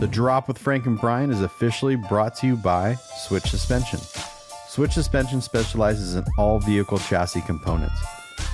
The Drop with Frank and Brian is officially brought to you by Switch Suspension. Switch Suspension specializes in all vehicle chassis components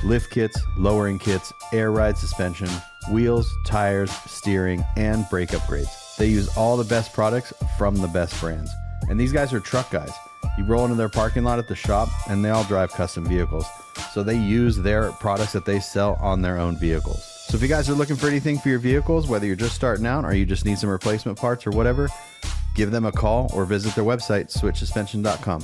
lift kits, lowering kits, air ride suspension, wheels, tires, steering, and brake upgrades. They use all the best products from the best brands. And these guys are truck guys. You roll into their parking lot at the shop, and they all drive custom vehicles. So they use their products that they sell on their own vehicles. So if you guys are looking for anything for your vehicles, whether you're just starting out or you just need some replacement parts or whatever, give them a call or visit their website, switchsuspension.com.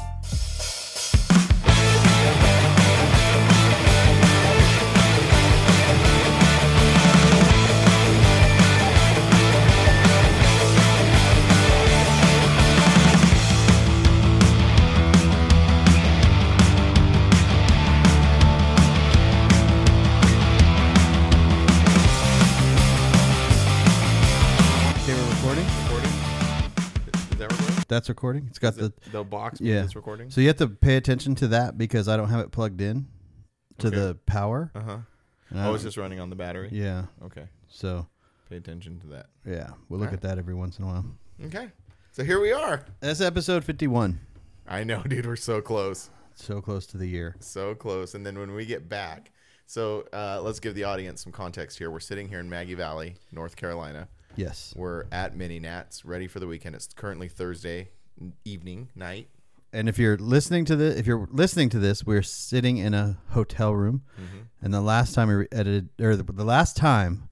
Okay, we're recording. recording? Is that recording? That's recording. It's got the The, the box yeah. yeah. is recording? So you have to pay attention to that because I don't have it plugged in to Okay. the power. Uh huh. And I Oh, it's don't- just running on the battery? yeah. Okay. So Pay attention to that. yeah, we'll look Alright. at that every once in a while. Okay. So here we are. That's episode fifty-one. I know, dude. We're so close. So close to the year. So close. And then when we get back, so uh, let's give the audience some context here. We're sitting here in Maggie Valley, North Carolina. Yes. We're at Mini Nats, ready for the weekend. It's currently Thursday evening, night. And if you're listening to this, if you're listening to this, we're sitting in a hotel room, Mm-hmm. and the last time we re- edited, or the, the last time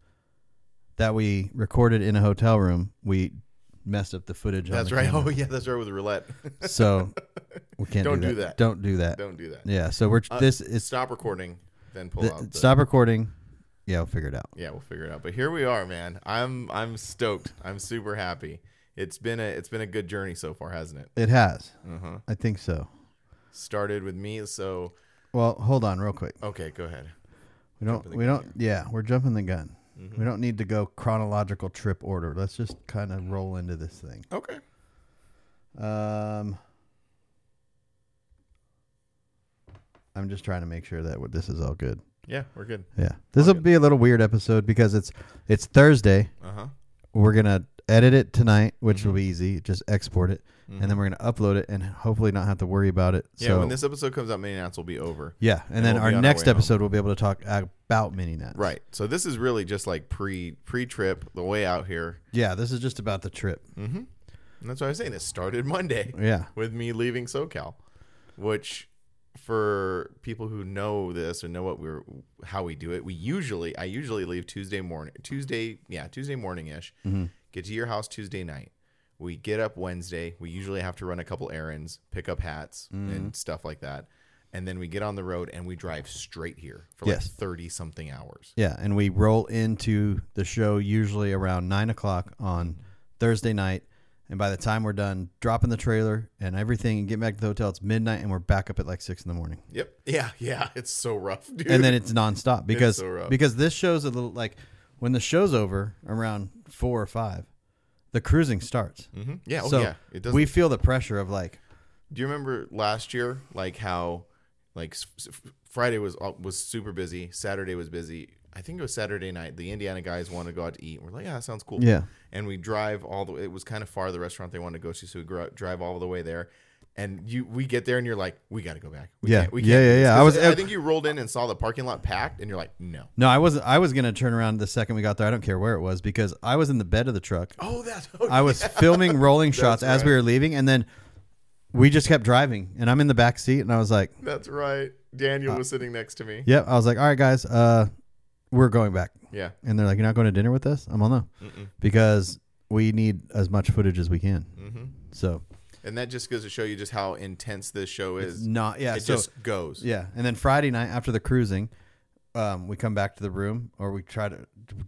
that we recorded in a hotel room, we messed up the footage. on That's the right. camera. Oh, yeah. That's right with the roulette. So we can't Don't do, do that. that. Don't do that. Don't do that. Yeah. So we're this is Stop recording, then pull th- out the. stop recording. Yeah, we'll figure it out. Yeah, we'll figure it out. But here we are, man. I'm I'm stoked. I'm super happy. It's been a it's been a good journey so far, hasn't it? It has. Mm-hmm. I think so. Started with me, so Well, hold on real quick. okay, go ahead. We don't. We don't. Yeah, we're jumping the gun. Mm-hmm. We don't need to go chronological trip order. Let's just kind of roll into this thing. Okay. Um, I'm just trying to make sure that what- this is all good. Yeah, we're good. Yeah, this will good. be a little weird episode because it's it's Thursday. Uh huh. We're gonna edit it tonight, which Mm-hmm. will be easy. Just export it, and then we're gonna upload it, and hopefully not have to worry about it. Yeah, so, when this episode comes out, mini nats will be over. yeah, and, then we'll be our on our next way home. episode we'll be able to talk about mini nets. Right. So this is really just like pre pre trip, the way out here. Yeah, this is just about the trip. And that's what I was saying. It started Monday Yeah. with me leaving SoCal, which for people who know this or know what we're how we do it, we usually I usually leave Tuesday morning, Tuesday yeah Tuesday morning ish. Mm-hmm. Get to your house Tuesday night. We get up Wednesday. We usually have to run a couple errands, pick up hats Mm-hmm. and stuff like that, and then we get on the road and we drive straight here for Yes. like thirty something hours. Yeah, and we roll into the show usually around nine o'clock on Thursday night, and by the time we're done dropping the trailer and everything and getting back to the hotel, it's midnight, and we're back up at like six in the morning, Yep. Yeah. Yeah. It's so rough, dude. and then it's nonstop because so rough. because this show's a little like when the show's over around four or five, the cruising starts. Mhm. yeah. Oh so yeah. It doesn't. we feel the pressure of like Do you remember last year, like how, like s- s- Friday was all- was super busy. Saturday was busy. I think it was Saturday night. The Indiana guys wanted to go out to eat. We're like, yeah, that sounds cool. Yeah. And we drive all the. It was kind of far the restaurant they wanted to go to, so we gro- drive all the way there. And you, we get there, and you're like, we got to go back. We Yeah. can't, we Yeah, can't do yeah, this." yeah. I 'Cause was- I think you rolled in and saw the parking lot packed, and you're like, no. no, I wasn't. I was gonna turn around the second we got there. I don't care where it was because I was in the bed of the truck. Oh, that's. Oh, I was filming rolling shots as we right. were leaving, and then we just kept driving, and I'm in the back seat, and I was like, That's right. Uh, Daniel was sitting next to me. "Yep." I was like, "All right, guys, uh, we're going back." Yeah. And they're like, "You're not going to dinner with us?" I'm all no, because we need as much footage as we can. Mm-hmm. So And that just goes to show you just how intense this show is. not yeah, it so just goes. yeah, and then Friday night after the cruising. Um, we come back to the room or we try to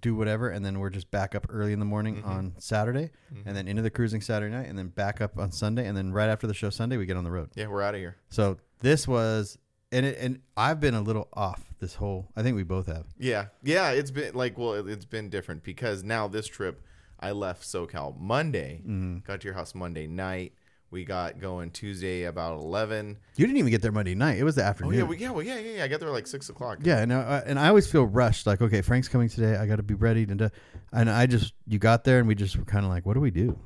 do whatever and then we're just back up early in the morning Mm-hmm. on saturday and then into the cruising saturday night and then back up on sunday and then right after the show sunday we get on the road Yeah, we're out of here. So this was, and it, and I've been a little off this whole. I think we both have. Yeah, yeah. It's been like, well, it- it's been different Mm-hmm. because now this trip, I left SoCal Monday, got to your house Monday night, We got going Tuesday about eleven. You didn't even get there Monday night. It was the Oh afternoon. yeah, we, yeah, well, yeah, yeah, yeah. I got there like six o'clock. Yeah, and I, and I always feel rushed. Like, okay, Frank's coming today. I got to be ready. And da- and I just you got there, and we just were kind of like, what do we do?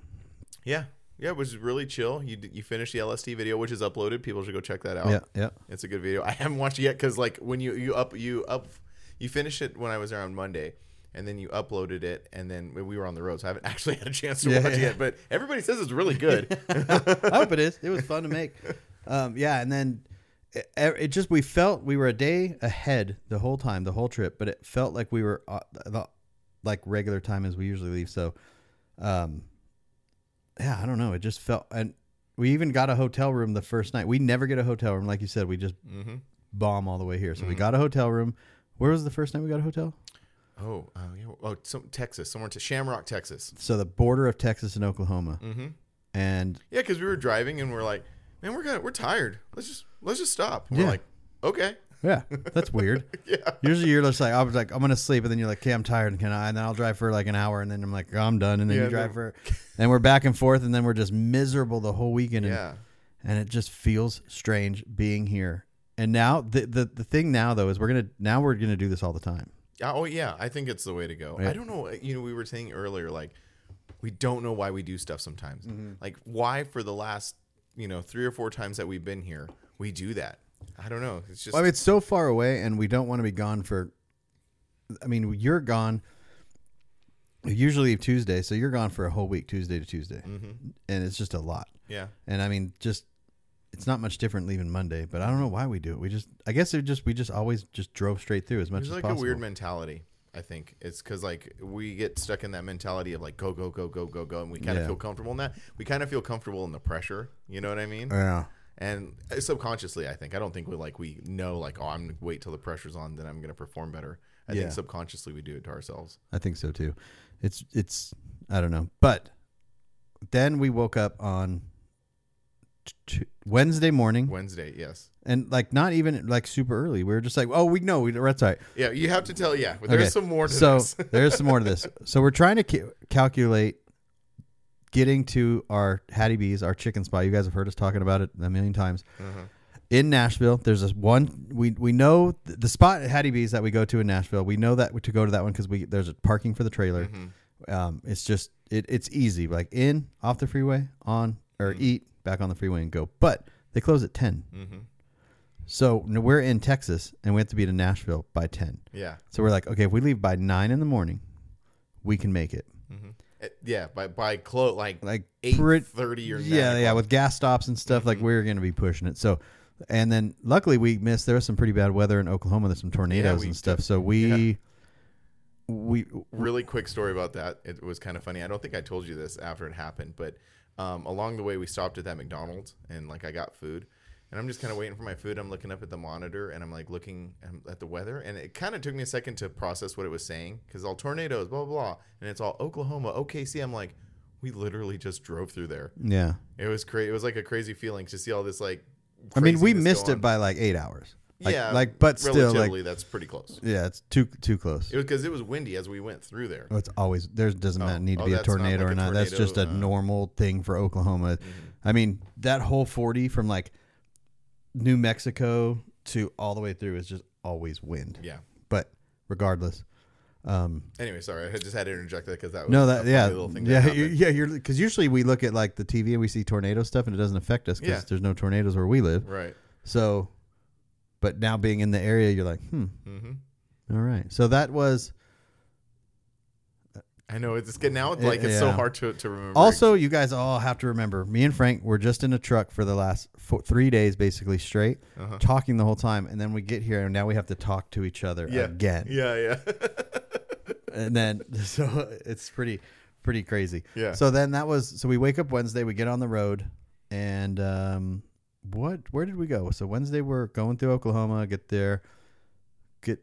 yeah, yeah. It was really chill. You d- you finished the LSD video, which is uploaded. People should go check that out. Yeah, yeah. It's a good video. I haven't watched it yet because like when you you up you up you finished it when I was there on Monday, and then you uploaded it, and then we were on the road, so I haven't actually had a chance to Yeah, watch it yeah. yet. But everybody says it's really good. I hope it is. It was fun to make. Um, yeah, and then it, it just we felt we were a day ahead the whole time, the whole trip, but it felt like we were uh, the, like regular time as we usually leave. So, um, yeah, I don't know. It just felt, and we even got a hotel room the first night. We never get a hotel room, like you said. We just mm-hmm. bomb all the way here. So we got a hotel room. Where was the first night we got a hotel? Oh, uh, yeah. oh, some, Texas, somewhere to Shamrock, Texas. So the border of Texas and Oklahoma, mm-hmm. and Yeah, because we were driving and we're like, man, we're gonna, we're tired. Let's just let's just stop. We're Yeah. like, okay, Yeah, that's weird. Yeah. Usually you're just like, I was like, I'm gonna sleep, and then you're like, okay, I'm tired, and can I? And then I'll drive for like an hour, and then I'm like, oh, I'm done, and then Yeah, you drive then- for, and we're back and forth, and then we're just miserable the whole weekend. And, yeah, and it just feels strange being here. And now the, the the thing now though is we're gonna now we're gonna do this all the time. yeah. Oh yeah, I think it's the way to go. I don't know. You know, we were saying earlier, like, we don't know why we do stuff sometimes. Mm-hmm. Like, why for the last you know three or four times that we've been here, we do that. I don't know. It's just Well, I mean, it's so far away, and we don't want to be gone for. I mean, you're gone. you Usually Tuesday, so you're gone for a whole week, Tuesday to Tuesday, and it's just a lot. yeah. And I mean, just it's not much different leaving Monday, but I don't know why we do it. We just, I guess it just we just always just drove straight through as much There's as like possible. a weird mentality. I think it's because like we get stuck in that mentality of like go go go go go go, and we kind of Yeah. feel comfortable in that. We kind of feel comfortable in the pressure. You know what I mean? yeah, and uh, subconsciously i think i don't think we like we know like oh i'm gonna wait till the pressure's on then i'm gonna perform better i Yeah. think subconsciously we do it to ourselves I think so too. It's it's I don't know, but then we woke up on t- t- Wednesday morning, wednesday yes and like not even like super early. We were just like, oh, we know we, that's all right. yeah you have to tell yeah but there's Okay, some more to so this there's some more to this. So we're trying to ca- calculate getting to our Hattie B's, our chicken spot. You guys have heard us talking about it a million times. Uh-huh. In Nashville, there's this one we we know th- the spot at Hattie B's that we go to in Nashville. We know that to go to that one because we there's a parking for the trailer. Mm-hmm. Um, it's just it, it's easy like in off the freeway on or Mm-hmm. eat back on the freeway and go. But they close at 10 So n- we're in Texas and we have to be to Nashville by ten. yeah So we're like, okay, if we leave by nine in the morning, we can make it. Uh, yeah by by close like Like eight pret- thirty or yeah, 9 yeah, o'clock. Mm-hmm. with gas stops and stuff. Like we're gonna be pushing it. So, and then luckily we missed. There was some pretty bad weather in Oklahoma. There's some tornadoes we and stuff. So we, we really quick story about that. It was kind of funny. I don't think I told you this after it happened, but um, along the way we stopped at that McDonald's and like I got food, and I'm just kind of waiting for my food. I'm looking up at the monitor and I'm like looking um, at the weather, and it kind of took me a second to process what it was saying because all tornadoes, blah blah, blah, and it's all Oklahoma, OKC. I'm like, we literally just drove through there. yeah. It was crazy. It was like a crazy feeling to see all this like. I mean, we craziness missed go it on. by like eight hours. Like, yeah, like but still, relatively, like that's pretty close. yeah, it's too too close. It was because it was windy as we went through there. Oh, It's always there doesn't Oh, need to oh, be a that's not tornado like or a not. that's tornado, Mm-hmm. just a uh, normal thing for Oklahoma. I mean, that whole forty from like New Mexico to all the way through is just always wind. Yeah. But regardless, um, Anyway, sorry, I just had to interject that because that was no, a that funny yeah, little thing that yeah, happened. you, yeah. You're because usually we look at like the TV and we see tornado stuff and it doesn't affect us because Yeah. there's no tornadoes where we live. right. So, but now being in the area, you're like, hmm, hmm all right. So that was I know it's getting out like it's so yeah. hard to, to remember. Also, you guys all have to remember, me and Frank were just in a truck for the last four, three days, basically straight, Uh-huh. talking the whole time, and then we get here, and now we have to talk to each other yeah. again, Yeah, yeah, and then so it's pretty, pretty crazy. Yeah. So then that was so we wake up Wednesday, we get on the road, and um, what? Where did we go? So Wednesday we're going through Oklahoma, get there, get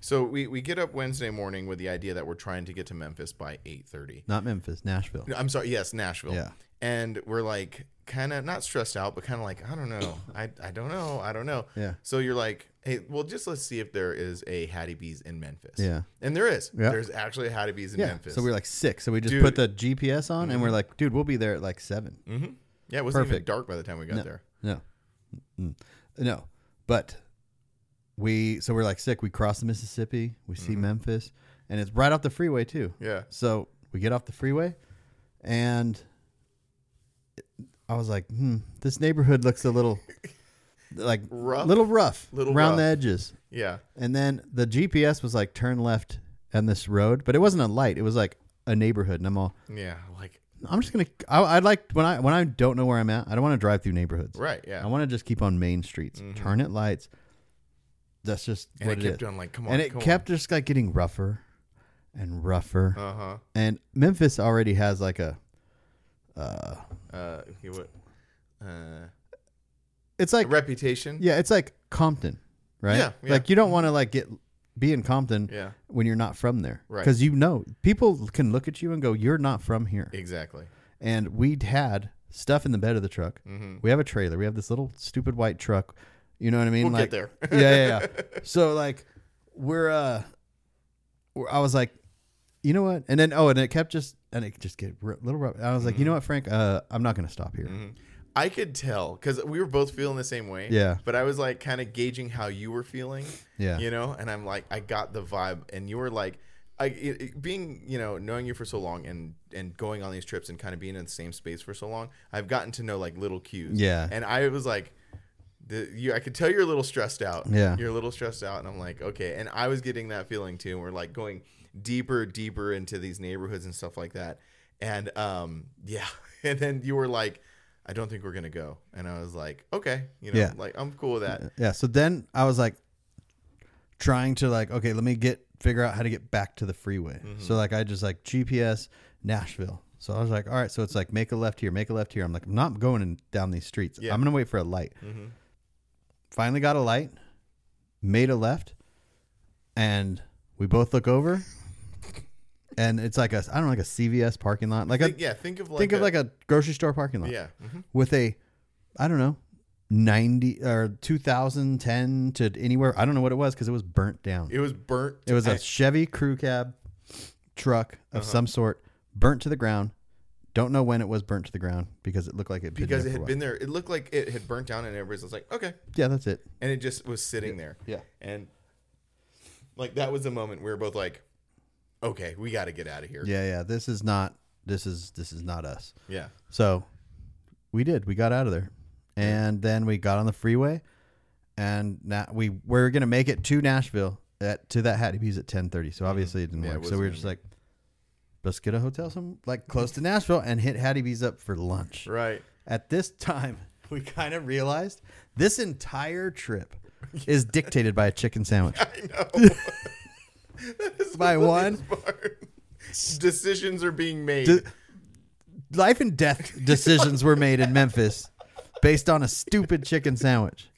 so we, we get up Wednesday morning with the idea that we're trying to get to Memphis by eight thirty. not Memphis, Nashville. I'm sorry, yes, Nashville. Yeah. And we're like kind of not stressed out, but kind of like I don't know, I I don't know, I don't know. Yeah. So you're like, hey, well, just let's see if there is a Hattie B's in Memphis. Yeah. And there is. Yeah. There's actually a Hattie B's in Memphis. So we were like six. So we just Dude. Mm-hmm. put the GPS on, and we're like, dude, we'll be there at like 7 Mhm. Yeah, it wasn't even Perfect. dark by the time we got No. there. No, Mm-mm. no. But we so we're like sick. We cross the Mississippi. We see Memphis, and it's right off the freeway too. Mm-hmm. Yeah. So we get off the freeway, and I was like, hmm, this neighborhood looks a little like Rough. little rough, Little around rough. the edges. Yeah. And then the GPS was like turn left on this road, but it wasn't a light. It was like a neighborhood, and I'm all. Yeah. Like I'm just gonna. I, I like when I when I don't know where I'm at. I don't want to drive through neighborhoods. right. Yeah. Mm-hmm. I want to just keep on main streets, turn at lights. That's just and what it it kept is. on like, come on. And it come kept just like getting rougher and rougher. On. Uh-huh. and Memphis already has like a, uh, Uh he would uh it's like reputation. yeah, it's like Compton, right? Yeah, yeah. Like you don't want to like get be in Compton Yeah. when you're not from there, Right. Because you know people can look at you and go, "You're not from here." Exactly. and we had stuff in the bed of the truck. Mm-hmm. We have a trailer. We have this little stupid white truck. You know what I mean? We'll like, get there. yeah, yeah, yeah. So like, we're uh, we're, I was like, you know what? And then oh, and it kept just and it just get r- little rough. I was like, you know what, Frank? Uh, I'm not gonna stop here. I could tell because we were both feeling the same way. Yeah. But I was like kind of gauging how you were feeling. Yeah. You know, and I'm like, I got the vibe, and you were like, I it, it- being you know knowing you for so long and and going on these trips and kind of being in the same space for so long, I've gotten to know like little cues. Yeah. And I was like. The, you, I could tell you're a little stressed out. Yeah. you're a little stressed out, and I'm like, okay. And I was getting that feeling too. And we're like going deeper, deeper into these neighborhoods and stuff like that. And um, yeah. And then you were like, I don't think we're gonna go. And I was like, okay, you know, Yeah. like I'm cool with that. Yeah. So then I was like, trying to like, okay, let me get figure out how to get back to the freeway. So like, I just like GPS Nashville. So I was like, all right, so it's like make a left here, make a left here. I'm like, I'm not going in, down these streets. Yeah. I'm gonna wait for a light. Finally got a light, made a left, and we both look over, and it's like a I don't know, like a CVS parking lot, like a Think- yeah, think of like think of like a grocery store parking lot yeah, mhm. with a I don't know 90 or 2010 to anywhere I don't know what it was because it was burnt down. It was Uh-huh. burnt. It was I- a Chevy crew cab truck of some sort burnt to the ground. Don't know when it was burnt to the ground because it looked like it because it had been there. It looked like it had burnt down, and everybody was like, "Okay," yeah that's it and it just was sitting there. yeah. and like that was the moment we were both like, "Okay, we got to get out of here." yeah yeah this is not this is this is not us yeah, so we did we got out of there and then we got on the freeway and now we we're gonna make it to Nashville at to that Hattie B's at ten thirty so obviously it didn't Mm-hmm. Yeah, it work so we were wasn't just like let's get a hotel some like close to Nashville and hit Hattie B's up for lunch right. at this time we kind of realized this entire trip is dictated by a chicken sandwich I know. That's by the one funniest part. Decisions are being made. D- life and death decisions were made in Memphis based on a stupid chicken sandwich.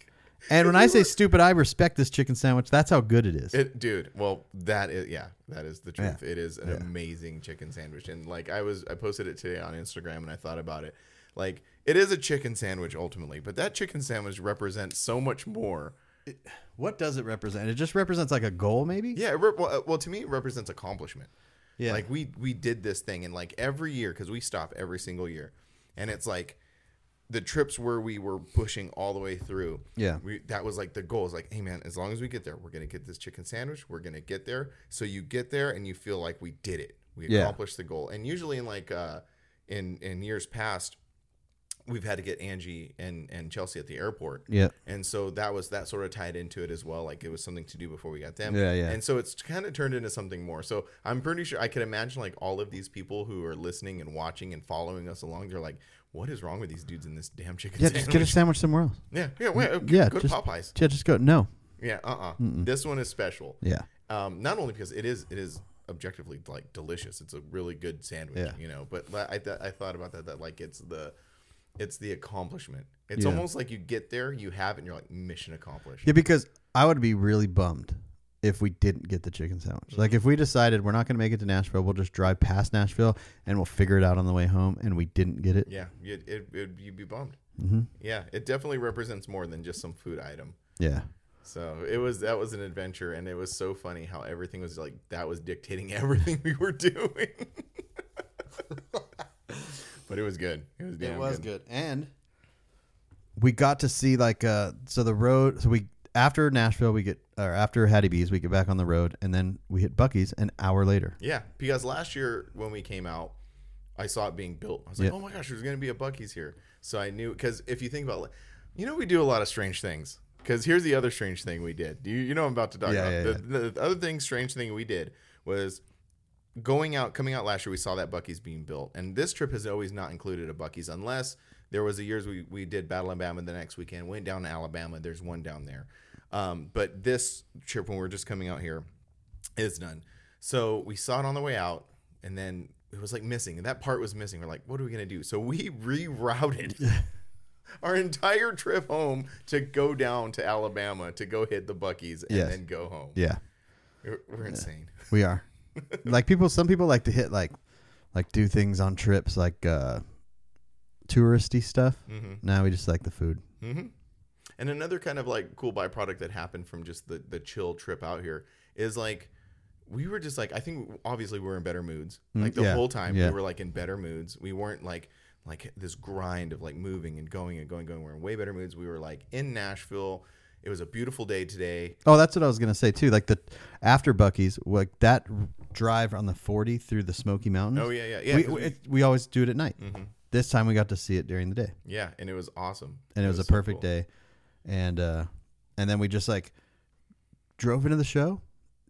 And when I say stupid, I respect this chicken sandwich. That's how good it is. It, dude, well, that is yeah, that is the truth. Yeah. It is an amazing chicken sandwich, and like I was, I posted it today on Instagram, and I thought about it. Like it is a chicken sandwich ultimately, but that chicken sandwich represents so much more. what does it represent? It just represents like a goal, maybe. Yeah, it re- well, uh, well, to me, it represents accomplishment. Yeah. like we we did this thing, and like every year, because we stop every single year, and it's like the trips where we were pushing all the way through. Yeah. we, that was like the goal. Is like, hey man, as long as we get there, we're gonna get this chicken sandwich. We're gonna get there. So you get there, and you feel like we did it. We Yeah. accomplished the goal. And usually, in like uh, in in years past, we've had to get Angie and and Chelsea at the airport. Yeah. And so that was that sort of tied into it as well. Like it was something to do before we got them. Yeah, yeah. And so it's kind of turned into something more. So I'm pretty sure I could imagine like all of these people who are listening and watching and following us along. They're like, "What is wrong with these dudes in this damn chicken Yeah, sandwich?" just get a sandwich somewhere else. yeah, yeah, wait, okay, Yeah, go just- to Popeyes. Yeah, just go. No. Yeah, uh, uh This one is special. Yeah. Um, not only because it is it is objectively like delicious. It's a really good sandwich. Yeah. You know, but la- I th- I thought about that that like it's the it's the accomplishment. It's Yeah. almost like you get there, you have it, and you're like mission accomplished. Yeah, because I would be really bummed if we didn't get the chicken sandwich. Like if we decided we're not going to make it to Nashville, we'll just drive past Nashville and we'll figure it out on the way home, and we didn't get it. Yeah, it, it, it you'd be bummed. Yeah, it definitely represents more than just some food item. Yeah. So it was that was an adventure, and it was so funny how everything was like that was dictating everything we were doing. but it was good. It was was damn It was good. good. And we got to see like uh so the road so we after Nashville we get or after Hattie B's we get back on the road and then we hit Bucky's an hour later. Yeah, because last year when we came out, I saw it being built. I was like, Yeah. oh my gosh, there's going to be a Bucky's here. So I knew because if you think about, like, you know, we do a lot of strange things. Because here's the other strange thing we did. You, you know, what I'm about to talk Yeah, about the, the other thing, strange thing we did was going out, coming out last year. We saw that Bucky's being built, and this trip has always not included a Bucky's unless there was a years we we did Battle Alabama the next weekend, went down to Alabama. There's one down there, um, but this trip when we we're just coming out here, is none. So we saw it on the way out, and then it was like missing. That part was missing. We're like, what are we gonna do? So we rerouted our entire trip home to go down to Alabama to go hit the Buckies and Yes. then go home. Yeah, We're, we're insane. we are. like people, some people like to hit like like do things on trips like uh touristy stuff. Now we just like the food. And another kind of like cool byproduct that happened from just the the chill trip out here is like we were just like I think obviously we were in better moods. Like the Mm, yeah, whole time yeah. we were like in better moods. We weren't like like this grind of like moving and going and going going. We're in way better moods. We were like in Nashville. It was a beautiful day today. Oh, that's what I was gonna say too. Like the after Bucky's, like that drive on the forty through the Smoky Mountains. Oh yeah, yeah, yeah. Mm. we, 'cause we, we- it, we always do it at night. This time we got to see it during the day, yeah, and it was awesome. and it was, a so perfect cool. day. And uh, and then we just like drove into the show,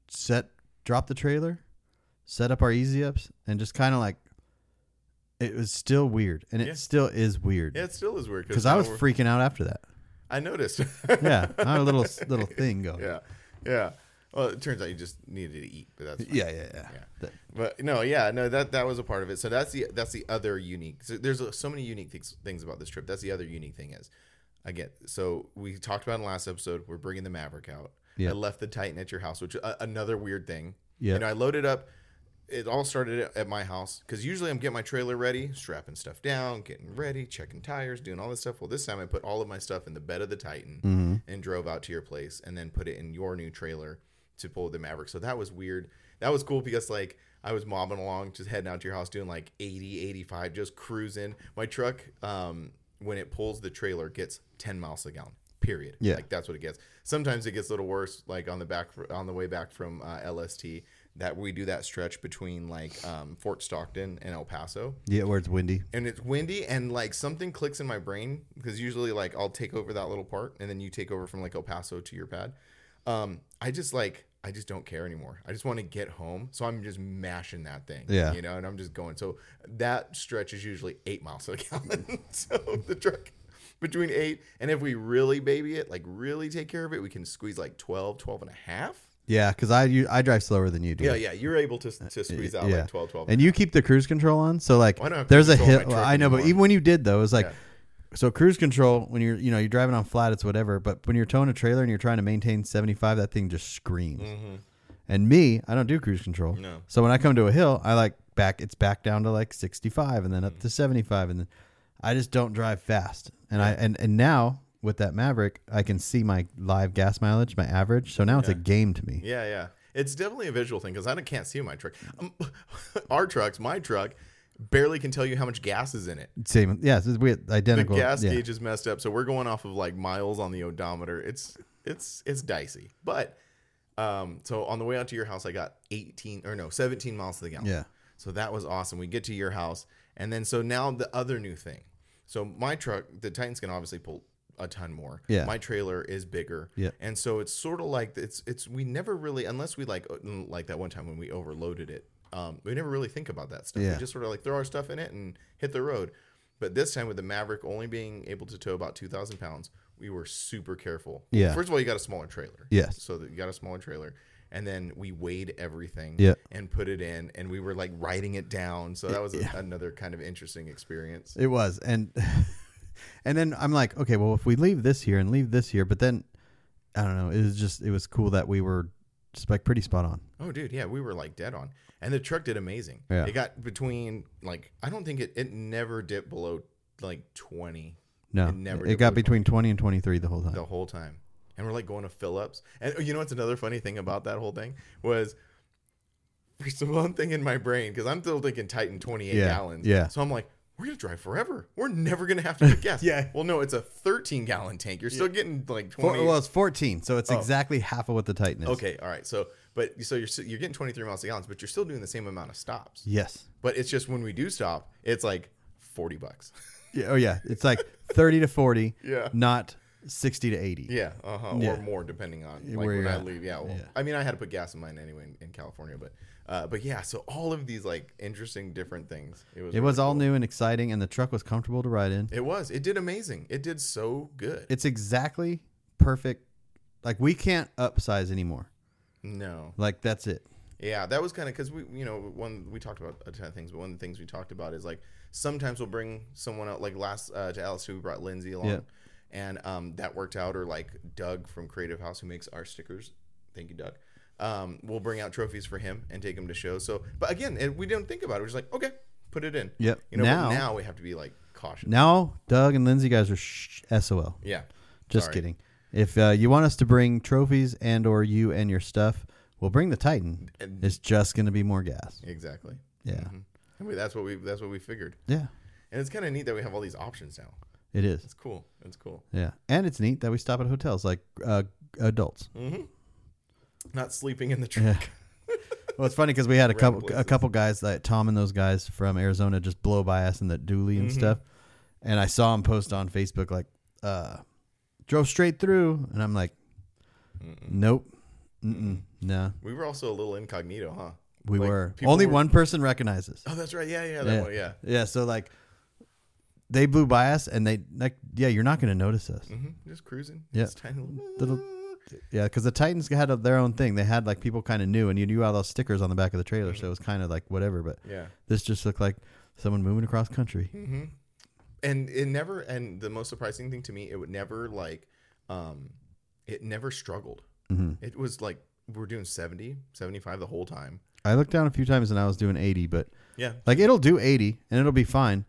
set, dropped the trailer, set up our easy ups, and just kind of like it was still weird, and it Yeah. still is weird Yeah, it still is weird because I now was we're- freaking out after that. I noticed. Yeah, I had a little little thing going. yeah, yeah. Well, it turns out you just needed to eat, but that's fine. yeah, yeah, yeah. Yeah. But no, yeah, no, that that was a part of it. So that's the that's the other unique. So there's uh, so many unique things things about this trip. That's the other unique thing is, again. So we talked about in the last episode. We're bringing the Maverick out. Yeah. I left the Titan at your house, which uh, another weird thing. Yeah. You know, I loaded up. It all started at- at my house because usually I'm getting my trailer ready, strapping stuff down, getting ready, checking tires, doing all this stuff. Well, this time I put all of my stuff in the bed of the Titan Mm-hmm. and drove out to your place and then put it in your new trailer to pull the Maverick. So that was weird. That was cool because like I was mobbing along, just heading out to your house, doing like 80, 85, just cruising. My truck, um, when it pulls the trailer, gets 10 miles a gallon. Period. Yeah. Like that's what it gets. Sometimes it gets a little worse, like on the back on the way back from uh, LST. That we do that stretch between like um, Fort Stockton and El Paso Yeah, where it's windy. and it's windy and like something clicks in my brain because usually like I'll take over that little part and then you take over from like El Paso to your pad. Um, I just like I just don't care anymore. I just want to get home, so I'm just mashing that thing. Yeah. you know, and I'm just going. So that stretch is usually eight miles to the gallon. so the truck between eight and if we really baby it, like really take care of it, we can squeeze like 12, 12 and a half. Yeah, because I you, I drive slower than you do. Yeah, yeah, you're able to, to squeeze out like 12, 12 And you keep the cruise control on, so like Why don't I have there's a control of hill. my well, truck I know, but anymore? even when you did though, it was like Yeah. so cruise control when you're you know you're driving on flat, it's whatever. But when you're towing a trailer and you're trying to maintain 75, that thing just screams. And me, I don't do cruise control. Mm-hmm. No. So when I come to a hill, I like back. It's back down to like 65, and then Mm-hmm. up to 75, and then I just don't drive fast. And I and and now with that Maverick, I can see my live gas mileage, my average. So now it's a game to me. Yeah, yeah. It's definitely a visual thing because I don't- can't see my truck. Um, our trucks, my truck, barely can tell you how much gas is in it. Same. Yeah, it's weird. The Identical. gas yeah. gauge is messed up, so we're going off of like miles on the odometer. It's it's it's dicey. But um, so on the way out to your house, I got 18 or no 17 miles to the gallon. Yeah. So that was awesome. We get to your house, and then so now the other new thing. So my truck, the Titans can obviously pull a ton more. Yeah. My trailer is bigger. Yeah. And so it's sort of like it's it's we never really unless we like uh, like that one time when we overloaded it. Um, we never really think about that stuff. Yeah. We just sort of like throw our stuff in it and hit the road. But this time with the Maverick only being able to tow about two thousand pounds, we were super careful. Yeah. First of all, you got a smaller trailer. Yes. So that you got a smaller trailer. And then we weighed everything Yeah. and put it in and we were like writing it down. So that was a, another kind of interesting experience. It was, and and then I'm like, okay, well, if we leave this here and leave this here, but then I don't know. It was just it was cool that we were just like pretty spot on. Oh, dude, yeah, we were like dead on, and the truck did amazing. Yeah. It got between like I don't think it it never dipped below like twenty No, It it, never it did got look between 20 and 23 the whole time. the whole time, and we're like going to Phillips. And oh, you know what's another funny thing about that whole thing was. There's the one thing in my brain because I'm still thinking Titan 28 Yeah, gallons. yeah. So I'm like, we're gonna drive forever. We're never gonna have to get gas. Yeah. Well, no, it's a 13 gallon tank. You're still getting like 20. Four, well, it's 14, so it's exactly half of what the Titan is. Oh. okay. All right. So, but so you're s- you're getting 23 miles a gallon, but you're still doing the same amount of stops. Yes. But it's just when we do stop, it's like 40 bucks. Yeah, oh yeah, it's like 30 to 40. Yeah. Not 60 to 80. yeah. Uh huh. Yeah. Or more depending on like Where when you're I at. leave. Yeah. Well, Yeah. I mean, I had to put gas in mine anyway in, in California, but uh, but yeah. So all of these like interesting different things. It was It was all new and exciting, and the truck was comfortable to ride in. It was. It did amazing. It did so good. It's exactly perfect. Like we can't upsize anymore. no. Like that's it. Yeah, that was kind of because we, you know, one we talked about a ton of things, but one of the things we talked about is like sometimes we'll bring someone out, like last uh, to Alice, who brought Lindsay along, Yeah. and um, that worked out, or like Doug from Creative House, who makes our stickers. Thank you, Doug. Um, we'll bring out trophies for him and take him to shows. So, but again, it, we didn't think about it. We're just like, okay, put it in. Yep. You know, but Now- now we have to be like cautious. Now, Doug and Lindsay guys are sh- SOL. yeah. Just Sorry. kidding. If uh, you want us to bring trophies and or you and your stuff, we'll bring the Titan. And- Mm-hmm. It's just going to be more gas. Exactly. Yeah. I mean, that's what we that's what we figured, Yeah. and it's kind of neat that we have all these options now. It is. It's cool. It's cool. Yeah. And it's neat that we stop at hotels like uh, adults. Mm. Not sleeping in the truck. Well, it's funny because we had a couple places. a couple guys that Tom and those guys from Arizona just blow by us in that dually Mm-hmm. and stuff, and I saw him post on Facebook like, uh, "Drove straight through," and I'm like, "Nope, Mm-mm. no, We were also a little incognito, huh? we Like, were people only were- one person recognizes." Oh, that's right. Yeah, yeah, that yeah. one. Yeah. yeah. So like, they blew by us and they like, yeah, you're not gonna notice us. hmm Just cruising. Yeah. Just tiny little. Little- Yeah, because the Titans had a- their own thing. They had like people kind of knew, and you knew all those stickers on the back of the trailer, Mm-hmm. so it was kind of like whatever. But Yeah. this just looked like someone moving across country. Mm. And it never. And the most surprising thing to me, it would never like, um, it never struggled. Mm-hmm. It was like we are doing 70, 75 the whole time. I looked down a few times and I was doing 80, but Yeah. like it'll do 80 and it'll be fine.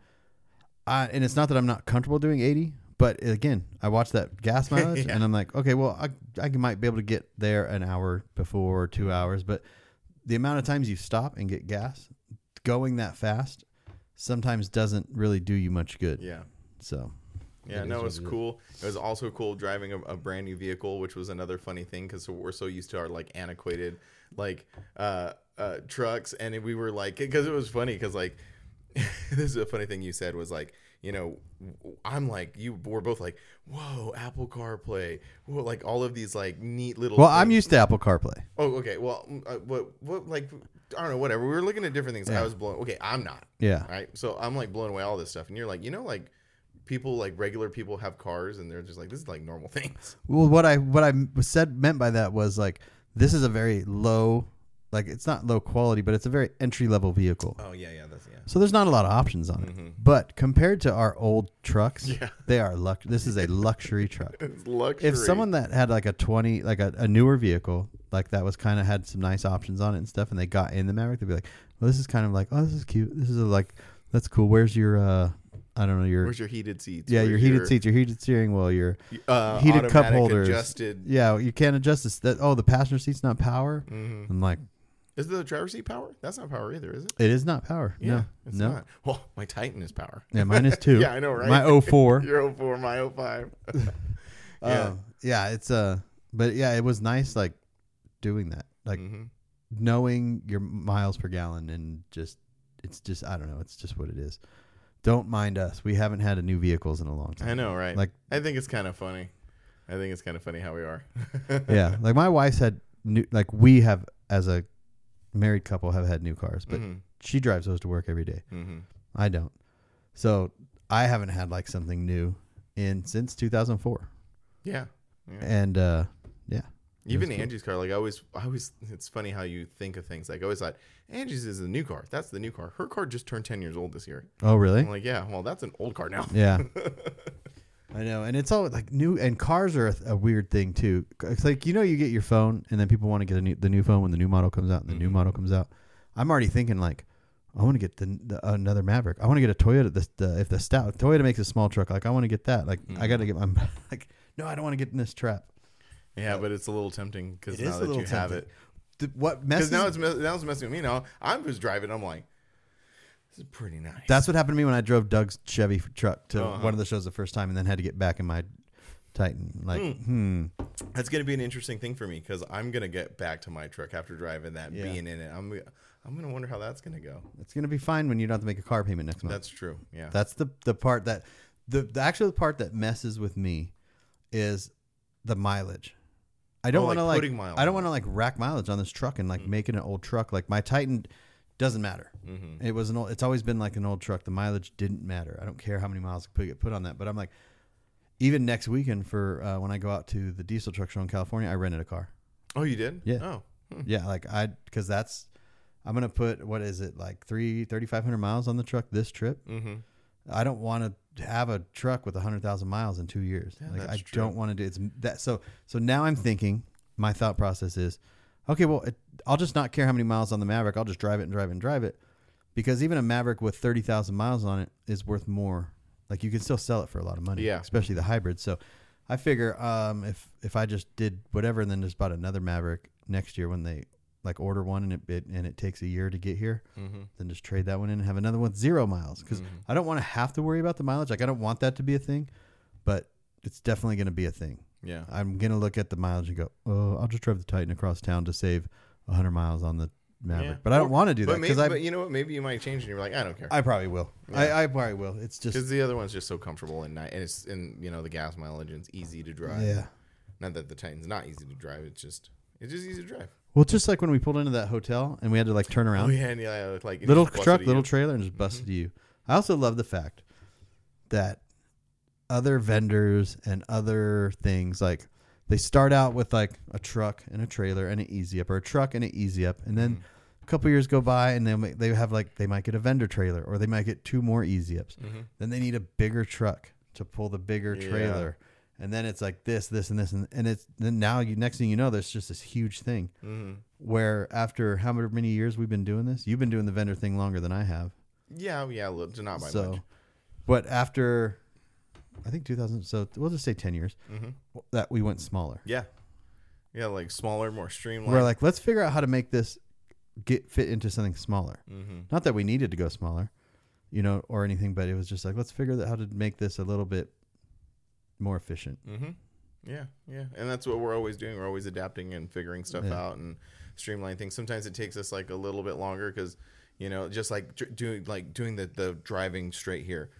I, and it's not that I'm not comfortable doing 80, but again, I watch that gas mileage Yeah. and I'm like, okay, well, I, I might be able to get there an hour before or two hours, but the amount of times you stop and get gas going that fast sometimes doesn't really do you much good. Yeah. So, Yeah, no, it was cool. It was also cool driving a, a brand new vehicle, which was another funny thing because we're so used to our like antiquated like uh, uh, trucks, and we were like, because it was funny because like this is a funny thing you said was like, you know, I'm like you, we're both like, whoa, Apple CarPlay, whoa, like all of these like neat little. well, I'm things. used to Apple CarPlay. Oh, okay. Well, mm, uh, what, what, like, I don't know, whatever. We were looking at different things. I was blown. Okay, I'm not. Yeah. Right. So I'm like blown away all this stuff, and you're like, you know, like people, like regular people have cars, and they're just like, this is like normal things. Well, what I what I said meant by that was like this is a very low, like it's not low quality, but it's a very entry level vehicle. Oh yeah, yeah, that's yeah. So there's not a lot of options on it. Mm-hmm. But compared to our old trucks, they are luck. This is a luxury truck. It's luxury. If someone that had like a 20, like a, a newer vehicle, like that was kind of had some nice options on it and stuff, and they got in the Maverick, they'd be like, "Well, this is kind of like, oh, this is cute. This is a, like, that's cool. Where's your, uh, I don't know, your, where's your heated seats? yeah, Where's your heated seats, your heated steering wheel, your uh, heated cup automatic holders. Adjusted. yeah, you can't adjust this. That, oh, the passenger seat's not power. Mm-hmm. I'm like, Is the driver's seat power? That's not power either, is it? it is not power. no, it's no. not. Well, my Titan is power. Yeah, mine is two. Yeah, I know, right? My 04. Your 04, my 05. yeah. yeah, it's uh but yeah, it was nice like doing that. Mm. Like Mm-hmm. knowing your miles per gallon and just it's just I don't know, it's just what it is. Don't mind us. We haven't had a new vehicles in a long time. I know, right? Like- Like, I think it's kind of funny. I think it's kind of funny how we are. yeah. Like my wife's had new like we have as a married couple have had new cars, Mm. but Mm-hmm. she drives those to work every day. Mhm. I don't. So I haven't had like something new in since 2004. Yeah. Yeah. And uh yeah. Even Angie's car, like I always, I always, it's funny how you think of things. Like I always thought, Angie's is the new car. That's the new car. Her car just turned ten years old this year. Oh, really? I'm like, yeah, well, that's an old car now. Yeah. I know. And it's all like new, and cars are a, a weird thing too. It's like, you know, you get your phone, and then people want to get a new, the new phone when the new model comes out, and the Mm-hmm. new model comes out. I'm already thinking, like, I want to get the, the another Maverick. I want to get a Toyota. The, the, if the stout Toyota makes a small truck, like, I want to get that. Like, I got to get Mm-hmm. my, like, no, I don't want to get in this trap. Yeah, but it's a little tempting because now that you have it, The- what messes because now it's mess- now it's messing with me. Now I'm just driving. I'm like, This is pretty nice. That's what happened to me when I drove Doug's Chevy f- truck to Uh-huh. one of the shows the first time, and then had to get back in my Titan. Like, hmm. That's gonna be an interesting thing for me because I'm gonna get back to my truck after driving that, Yeah. being in it. I'm I'm gonna wonder how that's gonna go. it's gonna be fine when you don't have to make a car payment next month. That's true. Yeah. That's the the part that the, the actual part that messes with me is the mileage. I don't Oh, like want to like, putting miles I don't on Mm. want to like rack mileage on this truck and like making an old truck like my Titan doesn't matter. Mm-hmm. It was an old. It's always been like an old truck. The mileage didn't matter. I don't care how many miles put get put on that. But I'm like, even next weekend for uh, when I go out to the diesel truck show in California, I rented a car. oh, you did? Yeah. Oh. Yeah, like I because that's I'm gonna put what is it like three thirty five hundred miles on the truck this trip. Mm-hmm. I don't want to have a truck with 100,000 miles in two years. like, I that's true. don't want to do it's that. So, so now I'm thinking, my thought process is, okay, well, it, I'll just not care how many miles on the Maverick. I'll just drive it and drive it and drive it because even a Maverick with 30,000 miles on it is worth more. Like you can still sell it for a lot of money, Yeah. especially the hybrid. So I figure, um, if, if I just did whatever and then just bought another Maverick next year when they like order one and it, it and it takes a year to get here, then just trade that one in and have another one with zero miles because I don't want to have to worry about the mileage. Like I don't want that to be a thing, but it's definitely going to be a thing. Yeah. I'm going to look at the mileage and go, oh, I'll just drive the Titan across town to save 100 miles on the Maverick, Yeah. but I don't want to do But that maybe, because I but you know what? Maybe you might change, and you're like, I don't care, I probably will. I, I probably will. It's just because the other one's just so comfortable and nice, and it's and you know the gas mileage and it's easy to drive. yeah. Not that the Titan's not easy to drive. It's just it's just easy to drive. Well, just like when we pulled into that hotel and we had to like turn around. Oh yeah, and yeah, like it little just busted truck, at little you. Mm-hmm. trailer, and just busted you. I also love the fact that other vendors and other things like they start out with like a truck and a trailer and an easy up or a truck and an easy up, and then a couple years go by and they ma- they have like they might get a vendor trailer or they might get two more easy ups. Then they need a bigger truck to pull the bigger Yeah. trailer. And then it's like this, this, and this, and, and it's then now you next thing you know, there's just this huge thing where after how many years we've been doing this, you've been doing the vendor thing longer than I have. yeah, oh, yeah, li- not by so, much. but after, I think 2000, so we'll just say 10 years Mm-hmm. that we went smaller. Yeah, yeah, like smaller, more streamlined. We're like, let's figure out how to make this get fit into something smaller. Mm-hmm. Not that we needed to go smaller, you know, or anything, but it was just like, let's figure out how to make this a little bit more efficient. Mm-hmm. Yeah, yeah, and that's what we're always doing. We're always adapting and figuring stuff Yeah. out and streamlining things. Sometimes it takes us like a little bit longer because you know, just like dr- doing like doing the the driving straight here.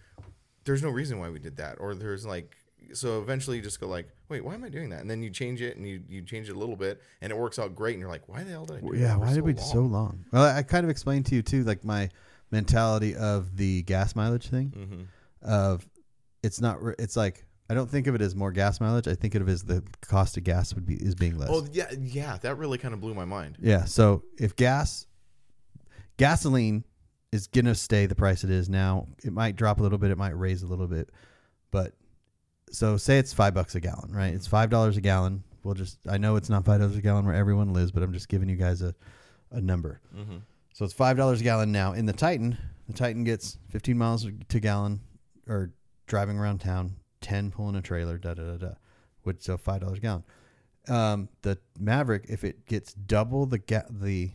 There's no reason why we did that, or there's like so. Eventually, you just go like, wait, why am I doing that? And then you change it and you you change it a little bit, and it works out great. And you're like, why the hell did I? Do Well, that yeah for why did we so long well I, I kind of explained to you too like my mentality of the gas mileage thing Mm-hmm. of it's not re- it's like i don't think of it as more gas mileage i think of it as the cost of gas would be is being less Oh yeah, yeah. That really kind of blew my mind. yeah so if gas gasoline is gonna stay the price it is now it might drop a little bit it might raise a little bit but so say it's five bucks a gallon right it's five dollars a gallon we'll just i know it's not five dollars a gallon where everyone lives but i'm just giving you guys a, a number Mm-hmm. so it's five dollars a gallon now. In the Titan, the Titan gets fifteen miles to gallon, or driving around town, ten pulling a trailer, da da da da, which so five dollars a gallon. Um, the Maverick, if it gets double the ga- the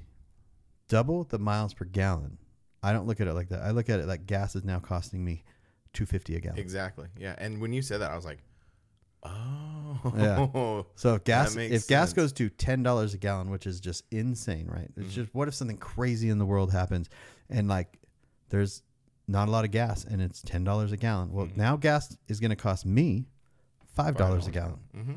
double the miles per gallon, I don't look at it like that. I look at it like gas is now costing me two fifty a gallon. Exactly. Yeah. And when you said that, I was like, oh, So if gas That if makes gas sense. goes to ten dollars a gallon, which is just insane, right? It's just what if something crazy in the world happens and like there's not a lot of gas and it's ten dollars a gallon. Well, now gas is gonna cost me five dollars a gallon. Mm-hmm.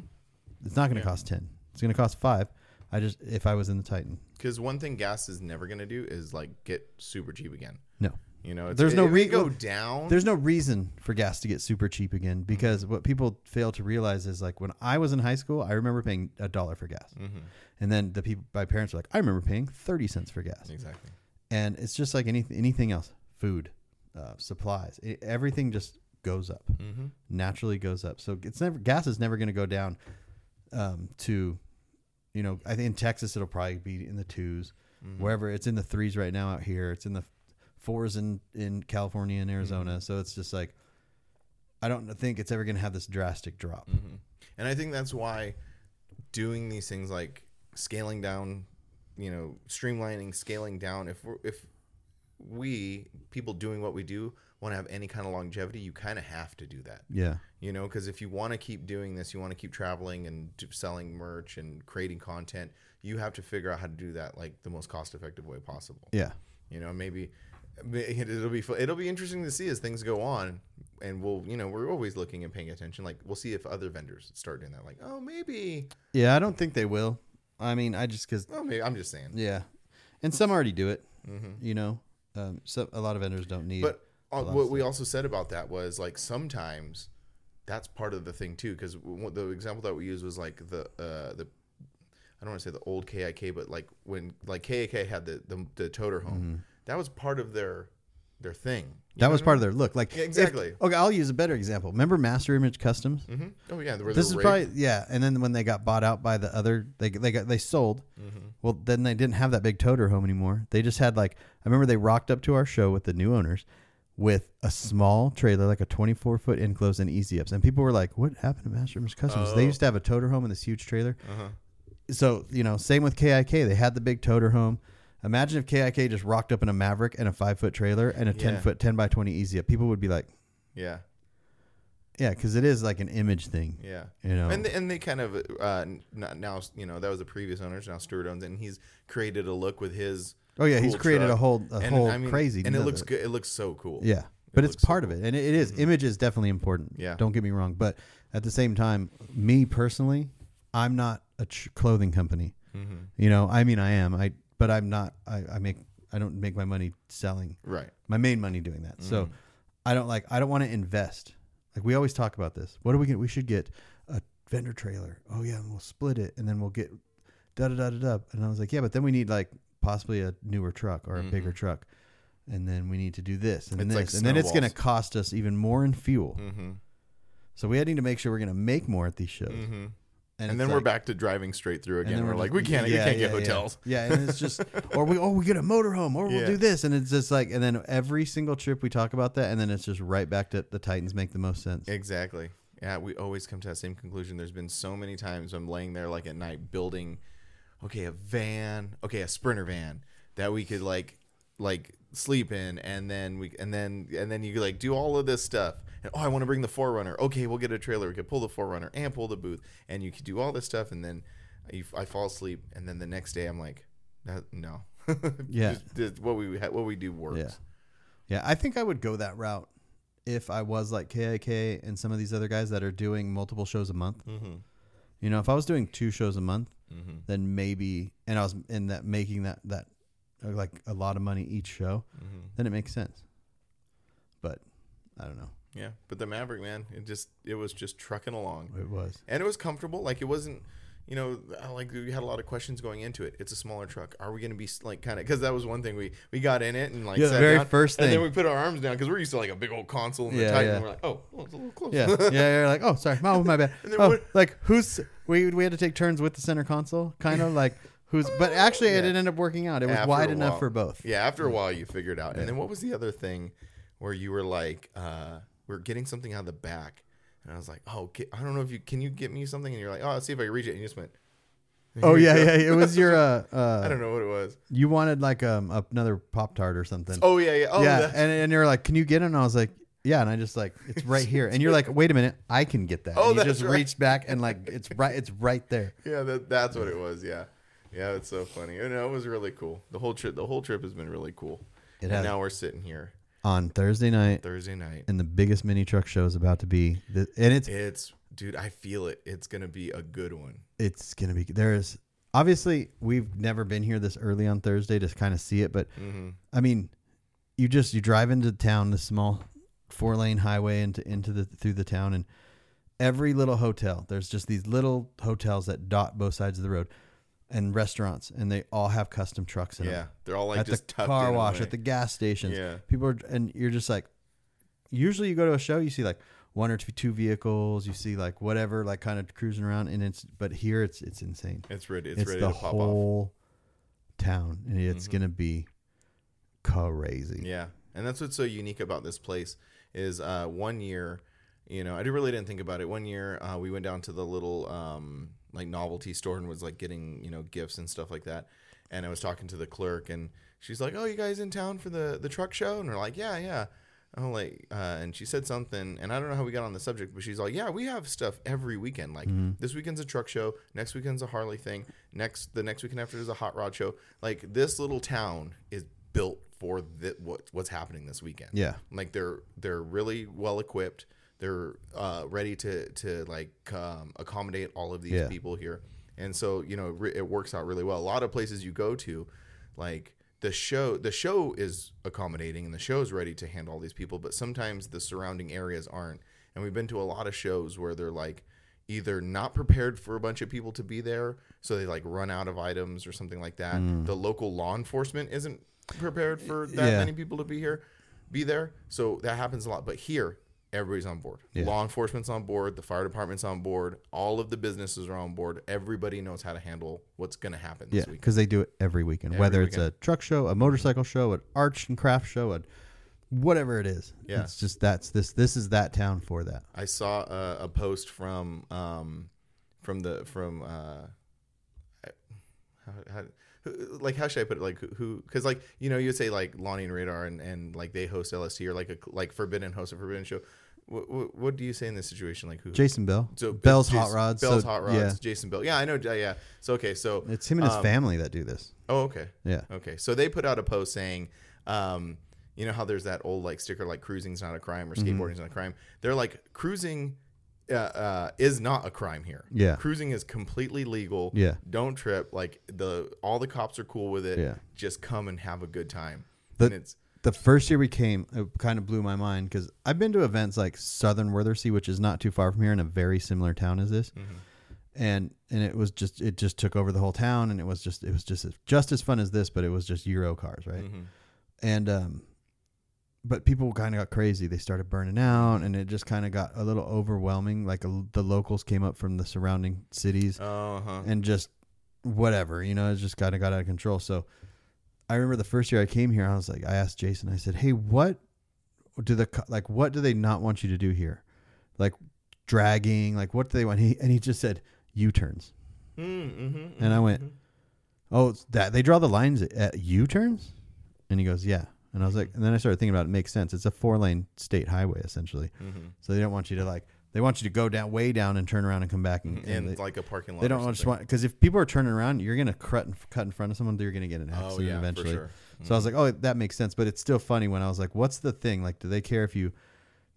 It's not gonna cost ten. It's gonna cost five. I just if I was in the Titan. Because one thing gas is never going to do is like get super cheap again. No. You know, it's, There's no it- it re- may go down. There's no reason for gas to get super cheap again because what people fail to realize is like when I was in high school, I remember paying a dollar for gas. And then the people my parents were like, I remember paying thirty cents for gas. exactly. and it's just like any, anything else food uh, supplies e- everything just goes up naturally goes up so it's never gas is never going to go down um, to you know i think in texas it'll probably be in the 2s wherever it's in the threes right now out here it's in the fours in in california and arizona so it's just like i don't think it's ever going to have this drastic drop And I think that's why doing these things like scaling down, you know, streamlining, scaling down. If we're if we people doing what we do want to have any kind of longevity, you kind of have to do that. Yeah. You know, because if you want to keep doing this, you want to keep traveling and t- selling merch and creating content, you have to figure out how to do that like the most cost effective way possible. Yeah. You know, maybe it'll be fu- it'll be interesting to see as things go on, and we'll you know we're always looking and paying attention. Like we'll see if other vendors start doing that. Like oh maybe Yeah. I don't think they will. I mean, I just because oh maybe I'm just saying. yeah, and some already do it. You know, um, so a lot of vendors don't need. Mm-hmm. But uh, what we also said about that was like sometimes that's part of the thing too. Because the example that we used was like the uh, the I don't want to say the old KIK, but like when like KIK had the the, the toter home, Mm-hmm. that was part of their their thing. You that know was what I part of their look. Like Yeah, exactly. if- okay, I'll use a better example. Remember Master Image Customs? mean? Mhm. Oh yeah, where This they is were probably yeah. And then when they got bought out by the other, they they got they sold. Mm-hmm. Well, then they didn't have that big toter home anymore. They just had like I remember they rocked up to our show with the new owners with a small trailer, like a twenty four foot enclosed and easy ups, and people were like, "What happened to Master Image Customs? They Oh. used to have a toter home and this huge trailer." Uh-huh. So you know, same with KIK. They had the big toter home. Imagine if KIK just rocked up in a Maverick and a five foot trailer and a ten Yeah. foot ten by twenty easy up. People would be like, Yeah, "Yeah," because it is like an image thing, yeah. you know. And they, and they kind of uh, n- now you know that was the previous owners. Now Stewart owns, it, and he's created a look with his. Oh yeah, he's cool created a truck. whole a and, whole I mean, crazy, and it nut looks of good. It looks so cool. Yeah, but it's looks so Mm-hmm. part of it, and it, it is- Image is definitely important. Yeah. don't get me wrong, but at the same time, me personally, I'm not a ch- clothing company. Mm-hmm. You know, I mean, I am. I but I'm not. I, I make. I don't make my money selling. right. My main money doing that. Mm. So I don't like. I don't want to invest. Like we always talk about this. What are we going We should get a vendor trailer. Oh yeah, and we'll split it, and then we'll get da da da da da. And I was like, yeah, but then we need like possibly a newer truck or a bigger truck, and then we need to do this and Mm-hmm. It's this, like and then it's going to snowballs. cost us even more in fuel. Mm-hmm. So we had need to make sure we're going to make more at these shows. Mm-hmm. And, And, it's then we're like- back to driving straight through and again. then We're, like, just- we can't, we yeah, can't yeah, get yeah. hotels. Yeah, and it's just, or we, oh, we get a motorhome, or we'll Yeah. do this, and it's just like, and then every single trip we talk about that, and then it's just right back to the Titans make the most sense. Exactly. Yeah, we always come to that same conclusion. There's been so many times I'm laying there like at night building, okay, a van, okay, a sprinter van that we could like, like sleep in, and then we, and then, and then you could, like do all of this stuff. And oh, I want to bring the forerunner. Okay, we'll get a trailer. We could pull the forerunner and pull the booth, and you could do all this stuff. And then you, I fall asleep, and then the next day I'm like, that, no, Yeah. Just- just what we ha- what we do works. Yeah. Yeah, I think I would go that route if I was like KIK and some of these other guys that are doing multiple shows a month. Mm-hmm. You know, if I was doing two shows a month, Mm-hmm. then maybe, and I was in that making that that uh, like a lot of money each show, Mm-hmm. then it makes sense. But I don't know. Yeah, but the Maverick man, it just it was just trucking along, It was. and it was comfortable. Like it wasn't, you know, I like we had a lot of questions going into it. It's a smaller truck. Are we going to be s- like kind of because that was one thing we we got in it and like Yeah, the sat very down, first and then thing. we put our arms down because we're used to like a big old console and Yeah, the Titan. yeah. And we're like, oh, well, it's a little close. Yeah, yeah, yeah. Like, oh, sorry, my, my bad. And then Oh, what- like who's we we had to take turns with the center console, kind of like who's. But actually, it Yeah. ended up working out. It was After wide a enough while. for both. Yeah, after a while you figure it out. And then what was the other thing where you were like, uh, we're getting something out of the back, and I was like, oh, get, I don't know if you can you get me something, and you're like, oh, let's see if I can reach it, and you just went, Oh yeah, yeah. It was your uh, uh I don't know what it was. You wanted like um another pop tart or something. Oh yeah, yeah, oh yeah, that's- and, and you're like, can you get it? And I was like, yeah. And I just like, it's right here. And you're like, wait a minute, I can get that. and Oh, you that's just right. reached back and like, it's right, it's right there. Yeah, that, that's what it was. Yeah, yeah, that's so funny. You know, it was really cool. The whole trip, the whole trip has been really cool. It and has. now we're sitting here On Thursday night, Thursday night. and the biggest mini truck show is about to be, the, and it's It's dude, I feel it. It's gonna be a good one. it's gonna be there is obviously we've never been here this early on Thursday to kind of see it, but Mm-hmm. I mean, you just you drive into town, the small four lane highway into into the through the town, and every little hotel. There's just these little hotels that dot both sides of the road, and restaurants, and they all have custom trucks in Yeah, them. they're all like at just the tucked car in wash, away. at the gas stations. Yeah. people are, and you're just like, usually you go to a show, you see like one or two, two vehicles, you see like whatever, like kind of cruising around, and it's but here it's it's insane It's ready. It's, it's, ready the to pop off. Mm-hmm. whole town and it's gonna be crazy Yeah, and that's what's so unique about this place is uh, one year. You know, I did- really didn't think about it. One year, uh, we went down to the little um, like novelty store and was like getting you know gifts and stuff like that. And I was talking to the clerk, and she's like, "Oh, you guys in town for the the truck show?" And we're like, "Yeah, yeah." I'm like, uh, and she said something, and I don't know how we got on the subject, but she's like, "Yeah, we have stuff every weekend. Like this weekend's a truck show, next weekend's a Harley thing, next the next weekend after is a hot rod show. Like this little town is built for the, what what's happening this weekend. Yeah. like they're they're really well equipped. They're uh, ready to to like um, accommodate all of these Yeah. people here, and so you know it, re- it works out really well. A lot of places you go to, like the show, the show is accommodating and the show is ready to handle all these people, but sometimes the surrounding areas aren't. And we've been to a lot of shows where they're like either not prepared for a bunch of people to be there, so they like run out of items or something like that. Mm. The local law enforcement isn't prepared for that Yeah. many people to be here be there. So that happens a lot. But here, everybody's on board. Law enforcement's on board. The fire department's on board. All of the businesses are on board. Everybody knows how to handle what's going to happen Yeah, this week. because they do it every weekend, whether it's a truck show, a motorcycle show, an arts and craft show, and whatever it is. Yeah. it's just that's this this is that town for that. I saw a, a post from um, from the from uh, how, how, who- like how should I put it? Like who? Because like you know you would say like Lonnie and Radar and, and like they host LST or like a like Forbidden hosts a Forbidden show. What, what, what do you say in this situation? Like who? Jason Bell, So Bell's Jason- Hot Rods, Bell's so, Hot Rods, Yeah, Jason Bell. Yeah, I know. Yeah, yeah. So okay, so it's him and his family that do this. oh okay, Yeah, okay. So they put out a post saying, um, you know how there's that old like sticker like cruising's not a crime or Mm-hmm. skateboarding's not a crime. They're like cruising uh, uh, is not a crime here. Yeah. cruising is completely legal. Yeah. don't trip. Like the all the cops are cool with it. Yeah. just come and have a good time. The- and it's the first year we came, it kind of blew my mind because I've been to events like Southern Worthersea, which is not too far from here, in a very similar town as this, and and it was just it just took over the whole town, and it was just it was just just as fun as this, but it was just Euro cars, right? And um, but people kind of got crazy. They started burning out, and it just kind of got a little overwhelming. Like a, the locals came up from the surrounding cities, uh huh. and just whatever, you know, it just kind of got out of control. So I remember the first year I came here, I was like, I asked Jason, I said, Hey, what do the, co- like, what do they not want you to do here? Like dragging, like, what do they want? He, and he just said, U turns. Mm-hmm. And I went, Oh, it's that they draw the lines at U turns? And he goes, Yeah. And I was like, and then I started thinking about it, it makes sense. It's a four lane state highway, essentially. mm-hmm. So they don't want you to, like, they want you to go down, way down and turn around and come back. And, and in they- like a parking lot. they or don't just something. want because if people are turning around, you're gonna cut in, cut in front of someone. They're gonna get in an accident Oh, yeah, for eventually. sure. Mm-hmm. So I was like, oh, that makes sense. But it's still funny when I was like, what's the thing? Like, do they care if you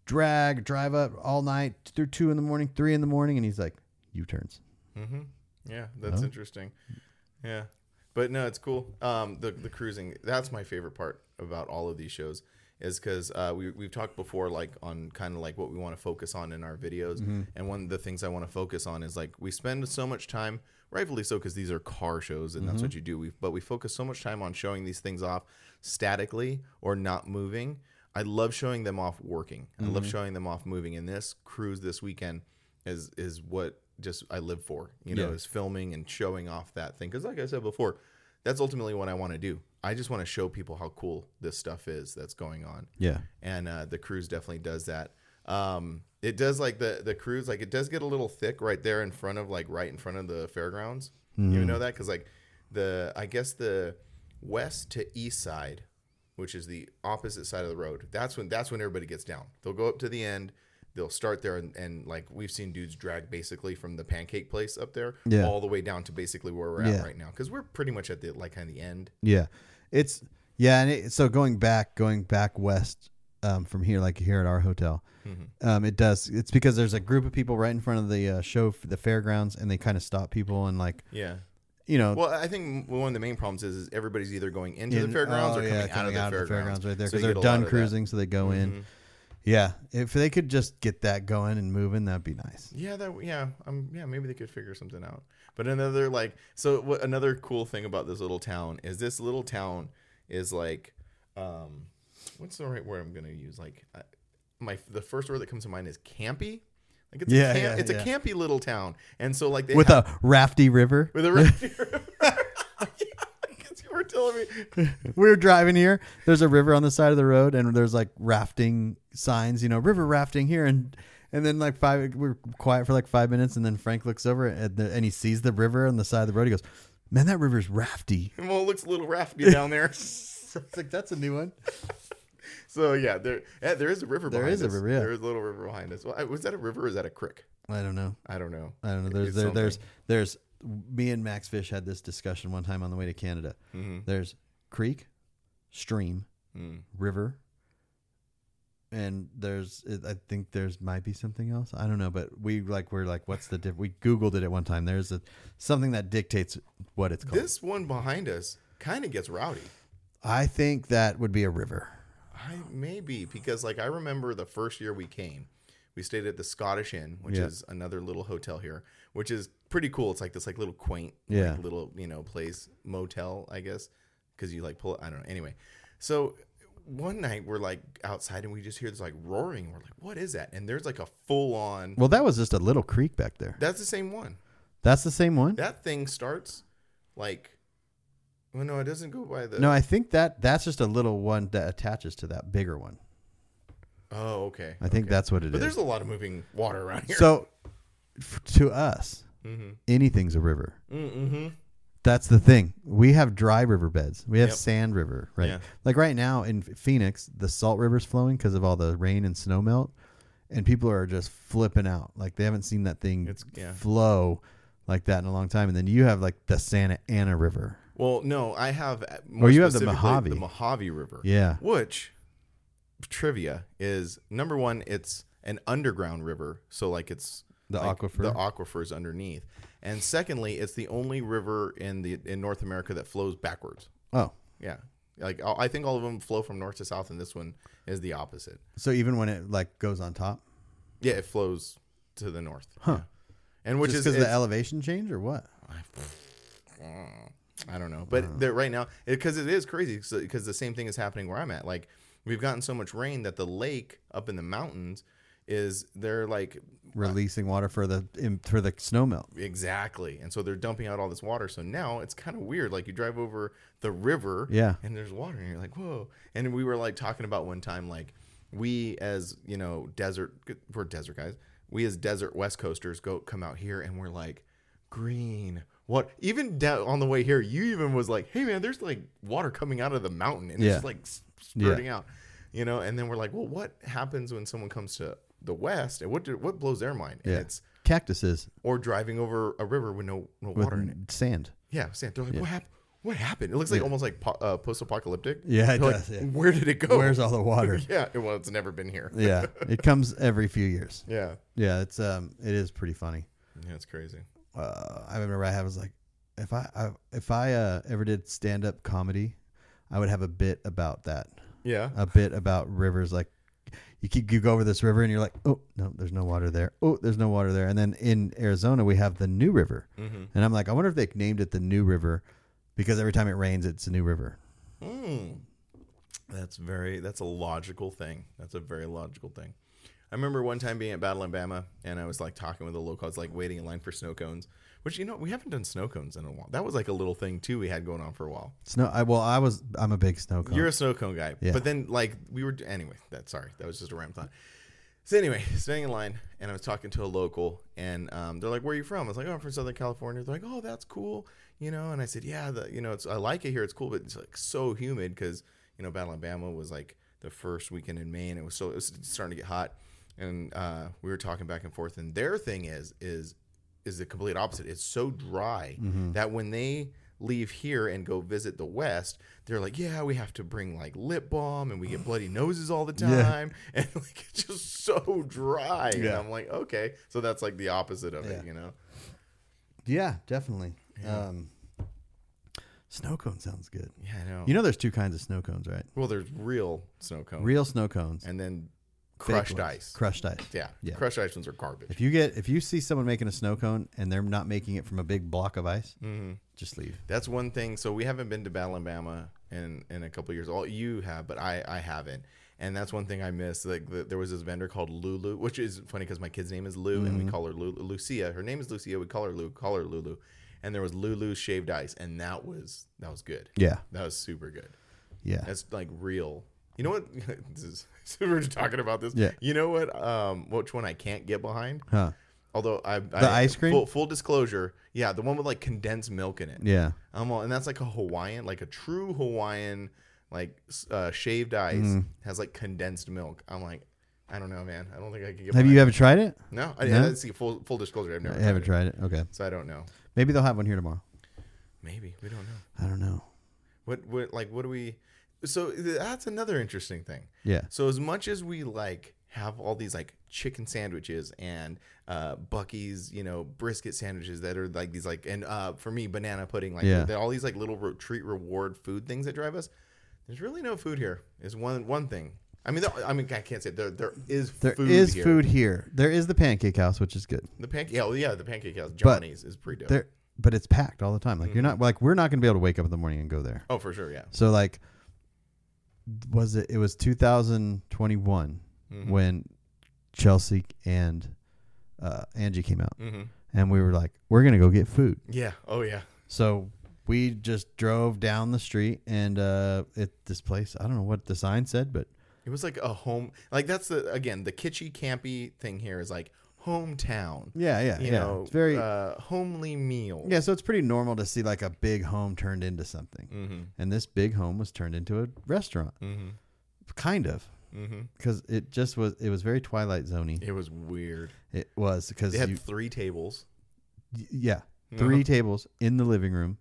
drag, drive up all night through two in the morning, three in the morning? And he's like, U turns. Mm-hmm. Yeah, that's interesting. Yeah, but no, it's cool. Um, the the cruising that's my favorite part about all of these shows is because uh, we we've talked before like on kind of like what we want to focus on in our videos, and one of the things I want to focus on is like we spend so much time, rightfully so, because these are car shows and that's what you do. We but we focus so much time on showing these things off statically or not moving. I love showing them off working. I love showing them off moving. And this cruise this weekend is is what just I live for. You know, Yeah. is filming and showing off that thing. Because like I said before, that's ultimately what I want to do. I just want to show people how cool this stuff is that's going on. Yeah, And uh, the cruise definitely does that. Um, it does like the the cruise like it does get a little thick right there in front of like right in front of the fairgrounds. Mm-hmm. You know that because like the I guess the west to east side which is the opposite side of the road. That's when that's when everybody gets down. They'll go up to the end. They'll start there and, and like we've seen dudes drag basically from the pancake place up there Yeah. all the way down to basically where we're at Yeah. right now because we're pretty much at the like kind of the end. yeah. It's yeah, and it, so going back, going back west um, from here, like here at our hotel, Mm-hmm. um, it does. It's because there's a group of people right in front of the uh, show, for the fairgrounds, and they kind of stop people and like Yeah. you know Well, I think one of the main problems is, is everybody's either going into the Um, In- fairgrounds oh, or coming, yeah, out, of the fairgrounds. right there So because you they're get a lot done of that. Mm-hmm. cruising, so they go in. Yeah, if they could just get that going and moving, that'd be nice. Yeah, that yeah, um, yeah, maybe they could figure something out. But another like so what another cool thing about this little town is this little town is like um what's the right word I'm going to use like I, my the first word that comes to mind is campy. Like it's Yeah, a yeah, camp, it's yeah. a campy little town. And so like they With have- a rafty river, with a river. Yeah, 'cause you were telling me we were driving here. There's a river on the side of the road, and there's like rafting signs, you know, river rafting here, and and then like five, we we're quiet for like five minutes, and then Frank looks over and, the, and he sees the river on the side of the road. He goes, Man, that river's rafty. Well, it looks a little rafty down there. So it's like that's a new one. So yeah, there yeah, there is a river. There behind is a us. river, yeah. There is a little river behind us. Well, I- was that a river? or Is that a creek? I don't know. I don't know. I don't know. It- There's it's there, something. there's there's me and Max Fish had this discussion one time on the way to Canada. There's creek, stream, Mm. river, and there's it- I think there's might be something else. I don't know, but we like we're like what's the diff? We googled it at one time. There's a something that dictates what it's called. This one behind us kind of gets rowdy. I think that would be a river. I maybe because like I remember the first year we came, we stayed at the Scottish Inn, which Yeah. is another little hotel here, which is pretty cool. It's like this like little quaint, Yeah. like, little you know place motel, I guess, because you like pull. I don't know. Anyway, so one night we're like outside and we just hear this like roaring. We're like, what is that? And there's like a full on. Well, that was just a little creek back there. That's the same one. That's the same one. That thing starts like. Well, no, it doesn't go by the. No, I think that that's just a little one that attaches to that bigger one. Oh, okay. I think okay. that's what it is. But there's a lot of moving water around here. So, f- to us, anything's a river. mm-hmm. That's the thing. We have dry riverbeds. We have Yep. sand river, right? Yeah. Like right now in Ph- Phoenix, the Salt River's flowing because of all the rain and snow melt, and people are just flipping out. Like they haven't seen that thing It's- yeah. flow like that in a long time. And then you have like the Santa Ana River. Well, no, I have. uh, More Or you have the specifically, Mojave. the Mojave River. Yeah. Which trivia is number one? It's an underground river, so like it's The like, aquifer. The aquifer is underneath, and secondly, it's the only river in the in North America that flows backwards. Oh, Yeah, like all- I think all of them flow from north to south, and this one is the opposite. so even when it like goes on top, Yeah, it flows to the north. Huh. Yeah. And which just is because the it's- Uh, elevation change or what? I don't know, but there right now because it is crazy because the same thing is happening where I'm at. Like we've gotten so much rain that the lake up in the mountains is they're like Releasing water for the in, for the snow melt. exactly, and so they're dumping out all this water. So now it's kind of weird. Like you drive over the river, Yeah. and there's water, and you're like, whoa. And we were like talking about one time, like we as you know desert we're desert guys. We as desert West Coasters go come out here, and we're like green. What even da- on the way here, you even was like, "Hey man, there's like water coming out of the mountain, and Yeah. it's just like s- spurting out," you know. And then we're like, "Well, what happens when someone comes to the west, and what do, what blows their mind?" And Yeah. it's Cactuses or driving over a river with no no with water in it. sand. Yeah, sand. They're like, "What happened?" What happened? It looks like almost like po- uh, post-apocalyptic. Yeah, it They're does, yeah. Where did it go? Where's all the water? yeah? it- Well, it's never been here. yeah, it comes every few years. yeah, Yeah, it's um, it is pretty funny. yeah, it's crazy. Uh, I remember I was like, if I, I if I uh, ever did stand up comedy, I would have a bit about that, Yeah, a bit about rivers. Like, you keep you go over this river and you're like, oh no, there's no water there. Oh, there's no water there. And then in Arizona we have the New River, and I'm like, I wonder if they named it the New River because every time it rains, it's a new river. That's very. That's a logical thing. That's a very logical thing. I remember one time being at Battle in Bama, and I was like talking with a local. I was like waiting in line for snow cones, which you know we haven't done snow cones in a while. That was like a little thing too we had going on for a while. Snow. I well, I was I'm a big snow cone. You're a snow cone guy, Yeah. but then like we were anyway. That sorry, that was just a random thought. So anyway, standing in line, and I was talking to a local, and um, they're like, "Where are you from?" I was like, "Oh, I'm from Southern California." They're like, "Oh, that's cool," you know. And I said, "Yeah, the, you know, it's I like it here. It's cool, but it's like so humid because you know Battle of Bama was like the first weekend in May, and it was so it was starting to get hot." And uh, we were talking back and forth, and their thing is is is the complete opposite. It's so dry Mm-hmm. that when they leave here and go visit the West, they're like, "Yeah, we have to bring like lip balm, and we get bloody noses all the Yeah. time, and like it's just so dry." And Yeah. I'm like, "Okay, so that's like the opposite of Yeah. it, you know?" Yeah, definitely. Um, snow cone sounds good. Yeah, I know. You know, there's two kinds of snow cones, right? well, there's real snow cone, Real snow cones, Oh. and then fake crushed ones. ice. crushed ice. yeah. Yeah. crushed ice ones are garbage. If you get if you see someone making a snow cone and they're not making it from a big block of ice, Mm-hmm. just leave. That's one thing. So we haven't been to Battle in Bama in in a couple of years. All you have, but I I haven't. And that's one thing I miss. Like the, there was this vendor called Lulu, which is funny because my kid's name is Lou, Mm-hmm. and we call her Lulu. Lucia. Her name is Lucia. We call her Lou. Call her Lulu. And there was Lulu shaved ice, and that was that was good. Yeah, That was super good. yeah. That's like real. You know what? this is, we were just talking about this. Yeah. You know what? Um, which one I can't get behind? Huh. Although I, the ice cream? Full, full disclosure, yeah, the one with like condensed milk in it. Yeah. Um, well, and that's like a Hawaiian, like a true Hawaiian, like s- uh, shaved ice Mm. has like condensed milk. I'm like, I don't know, man. I don't think I can get. Have behind you ever tried it? it. No, I, No? I see. Full full disclosure, I've never. I haven't tried it. Okay. so I don't know. Maybe they'll have one here tomorrow. Maybe we don't know. I don't know. What what like what do we? So th- that's another interesting thing. Yeah. So as much as we like have all these like chicken sandwiches and uh Bucky's, you know, brisket sandwiches that are like these like and uh for me banana pudding like Yeah. they're all these like little re- treat reward food things that drive us. There's really no food here. Is one one thing. I mean, there, I mean, I can't say there. There is There is food here. food here. There is the pancake house, which is good. The pancake, yeah, well, yeah, the pancake house, Johnny's is pretty dope. There, but it's packed all the time. Like you're Mm-hmm. not like we're not gonna be able to wake up in the morning and go there. oh, for sure, yeah. So like, was it? It was 2021 Mm-hmm. when Chelsea and uh, Angie came out, hmm and we were like, we're gonna go get food. Yeah. Oh, yeah. So we just drove down the street, and uh, it this place. I don't know what the sign said, but It was like a home. Like that's the again the kitschy campy thing here is like hometown. yeah, yeah, you yeah. know, it's very uh, homely meal. yeah. So it's pretty normal to see like a big home turned into something, Mm-hmm. and this big home was turned into a restaurant, Mm-hmm. kind of. Mm-hmm. Because it just was, it was very Twilight Zoney. It was weird. It was because They had you, three tables. Y- Yeah, 3 Uh-huh. tables in the living room.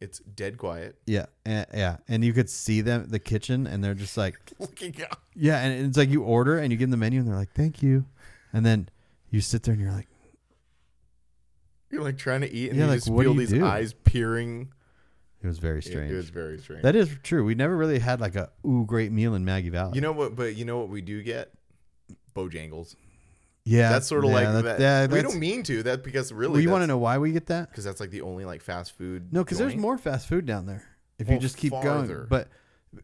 It's dead quiet. Yeah, and, yeah, and you could see them the kitchen, and they're just like, Looking out. yeah, and it's like you order and you give them the menu, and they're like, thank you, and then you sit there and you're like, You're like trying to eat, and Yeah, you like, just what do feel you these do? eyes peering. it was very It- strange. It, was very strange. that is true. We never really had like a ooh great meal in Maggie Valley. you know what? But you know what we do get? Bojangles. yeah, That's sort of yeah, like that- that. Yeah, we that's- don't mean to. That because really, well, you want to know why we get that? because that's like the only like fast food. No, because there's joint. more fast food down there if Well, you just keep farther. going. But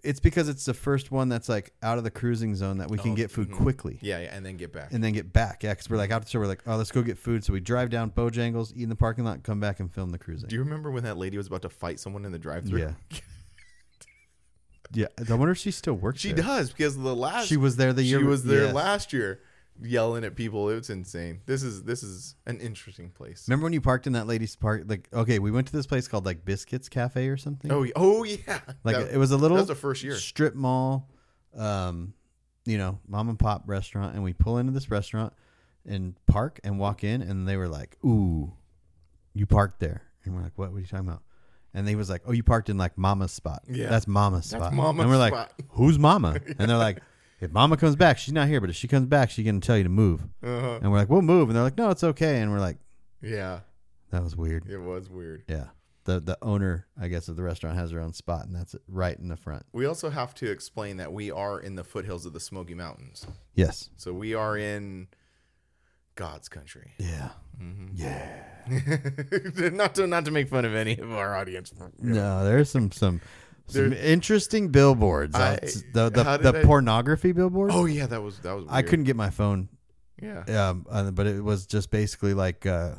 it's because it's the first one that's like out of the cruising zone that we can Oh, get food mhm. quickly. Yeah, yeah, and then get back. and then get back. Yeah, because we're Mm-hmm. like after we're like, oh, let's go get food. So we drive down Bojangles, eat in the parking lot, come back and film the cruising. do you remember when that lady was about to fight someone in the drive-through? yeah, yeah. I wonder if she still works. she there. does because the last She was there the year she was there yes. last year yelling at people it's insane this is this is an interesting place Remember when you parked in that lady's park? Like, okay, we went to this place called like Biscuits Cafe or something. oh y- oh yeah like That- it was a little that was the first year strip mall, um, you know, mom and pop restaurant, and we pull into this restaurant and park and walk in, and they were like, "Ooh, you parked there," and we're like, "What? What are you talking about?" And they was like, "Oh, you parked in like Mama's spot. Yeah. that's Mama's spot." Mama's and we're like, spot. "Who's Mama?" And they're like, "If Mama comes back, she's not here, but if she comes back, she's gonna tell you to move." uh-huh. And we're like, "We'll move," and they're like, "No, it's okay," and we're like, yeah "That was weird." it was weird Yeah. The, the owner, I guess, of the restaurant has her own spot, and that's right in the front. we also have to explain that we are in the foothills of the smoky mountains Yes. so we are in god's country Yeah. Mm-hmm. Yeah. not to not to make fun of any of our audience No, there's some some some interesting billboards. I- That's the the, how did the I- pornography billboard. oh yeah that was that was weird. I couldn't get my phone, yeah um, uh, but it was just basically like, uh,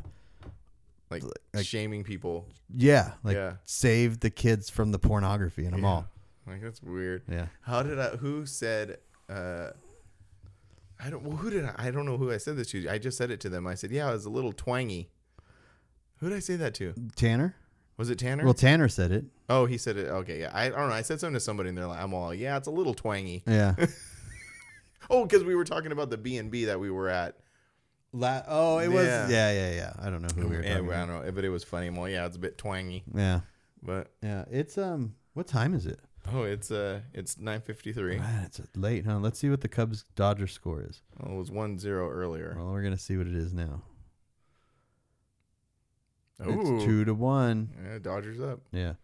like, shaming people yeah, like Yeah. save the kids from the pornography in a mall. like that's weird Yeah, How did I? Who said? Uh, I don't. Well, who did I? I don't know who I said this to. I just said it to them. I said, "Yeah, I was a little twangy." Who did I say that to? Tanner. Was it Tanner? Well, Tanner said it. oh, he said it. Okay, yeah. I, I don't know. I said something to somebody, and they're like, "I'm all yeah, it's a little twangy." Yeah. Oh, because we were talking about the B and B that we were at. La- oh, it was. Yeah. Yeah, yeah, yeah. I don't know who we were Yeah, talking. I about. don't know, but it was funny. I'm all yeah, it's a bit twangy, Yeah, but yeah. It's um. What time is it? oh, it's uh, it's 9:53. Man, it's late, huh? Let's see what the Cubs Dodger score is. Oh, it was one zero earlier. Well, we're gonna see what it is now. Ooh. It's two to one. Yeah, Dodgers up. Yeah.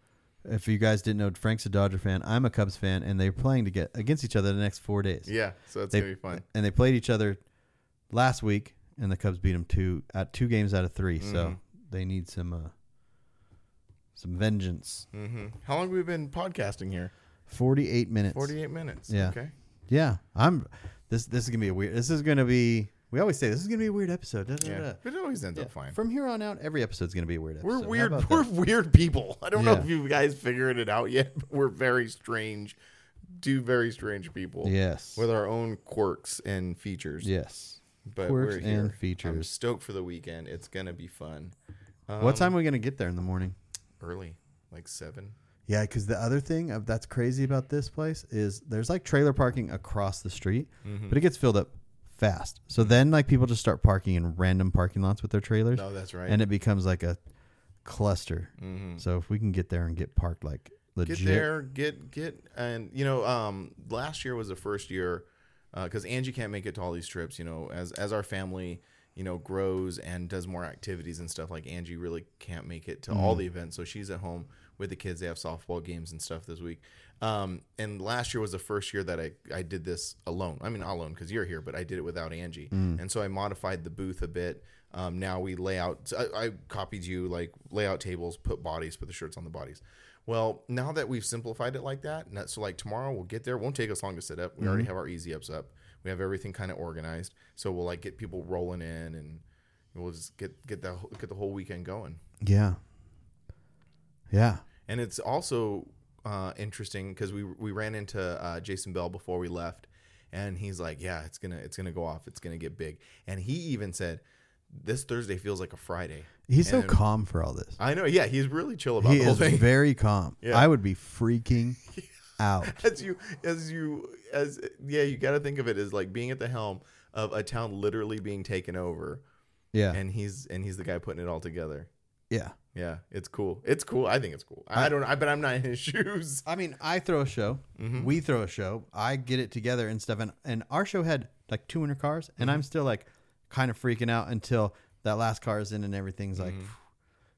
If you guys didn't know, Frank's a Dodger fan. I'm a Cubs fan, and they're playing to get against each other the next four days. Yeah, so that's They- gonna be fun. And they played each other last week, and the Cubs beat them two at two games out of 3 So Mhm. they need some uh, some vengeance. hmm How long have we been podcasting here? Forty eight minutes. 48 minutes. Yeah. Okay. Yeah, I'm. This this is gonna be a weird. This is gonna be. We always say this is gonna be a weird episode. Da, da, da. Yeah. It always ends Yeah. up fine. From here on out, every episode's gonna be a weird episode. We're How weird. about We're that? weird people. I don't know Yeah. if you guys figured it out yet, but we're very strange, two very strange people Yes. with our own quirks and features. Yes. But Quirks we're and here. I'm features. stoked for the weekend. It's gonna be fun. Um, what time are we gonna get there in the morning? Early, like seven. Yeah, because the other thing of- that's crazy about this place is there's like trailer parking across the street, Mm-hmm. but it gets filled up fast. So then like people just start parking in random parking lots with their trailers, No, Oh, that's right. Mm-hmm. and it becomes like a cluster. So if we can get there and get parked like legit, get there, get get, and you know, um, last year was the first year because Angie can't make it to all these trips. You know, as as our family, you know, grows and does more activities and stuff. Like Angie really can't make it to all the events, so she's at home with the kids. They have softball games and stuff this week. Um, and last year was the first year that I I did this alone. I mean, not alone because you're here, but I did it without Angie, and so I modified the booth a bit. Um, now we lay out. so I, I copied you like lay out tables, put bodies, put the shirts on the bodies. Well, now that we've simplified it like that, not- so like tomorrow we'll get there. It won't take us long to set up. We Mm-hmm. already have our easy ups up. We have everything kind of organized, so we'll like get people rolling in, and we'll just get get the get the whole weekend going. yeah, yeah. And it's also uh, interesting because we we ran into uh, Jason Bell before we left, and he's like, "Yeah, it's gonna it's gonna go off. It's gonna get big." And he even said, "This Thursday feels like a Friday." He's so And- calm for all this. I know. Yeah, he's really chill about He the whole is thing. very calm. Yeah. I would be freaking out. as you as you as yeah you got to think of it as like being at the helm of a town literally being taken over Yeah, and he's and he's the guy putting it all together yeah. yeah it's cool it's cool i think it's cool i, don't i but i'm not in his shoes I mean, I throw a show. Mm-hmm. We throw a show. I get it together and stuff. And, and our show had like 200 cars, and Mm-hmm. I'm still like kind of freaking out until that last car is in and everything's Mm-hmm. like, phew,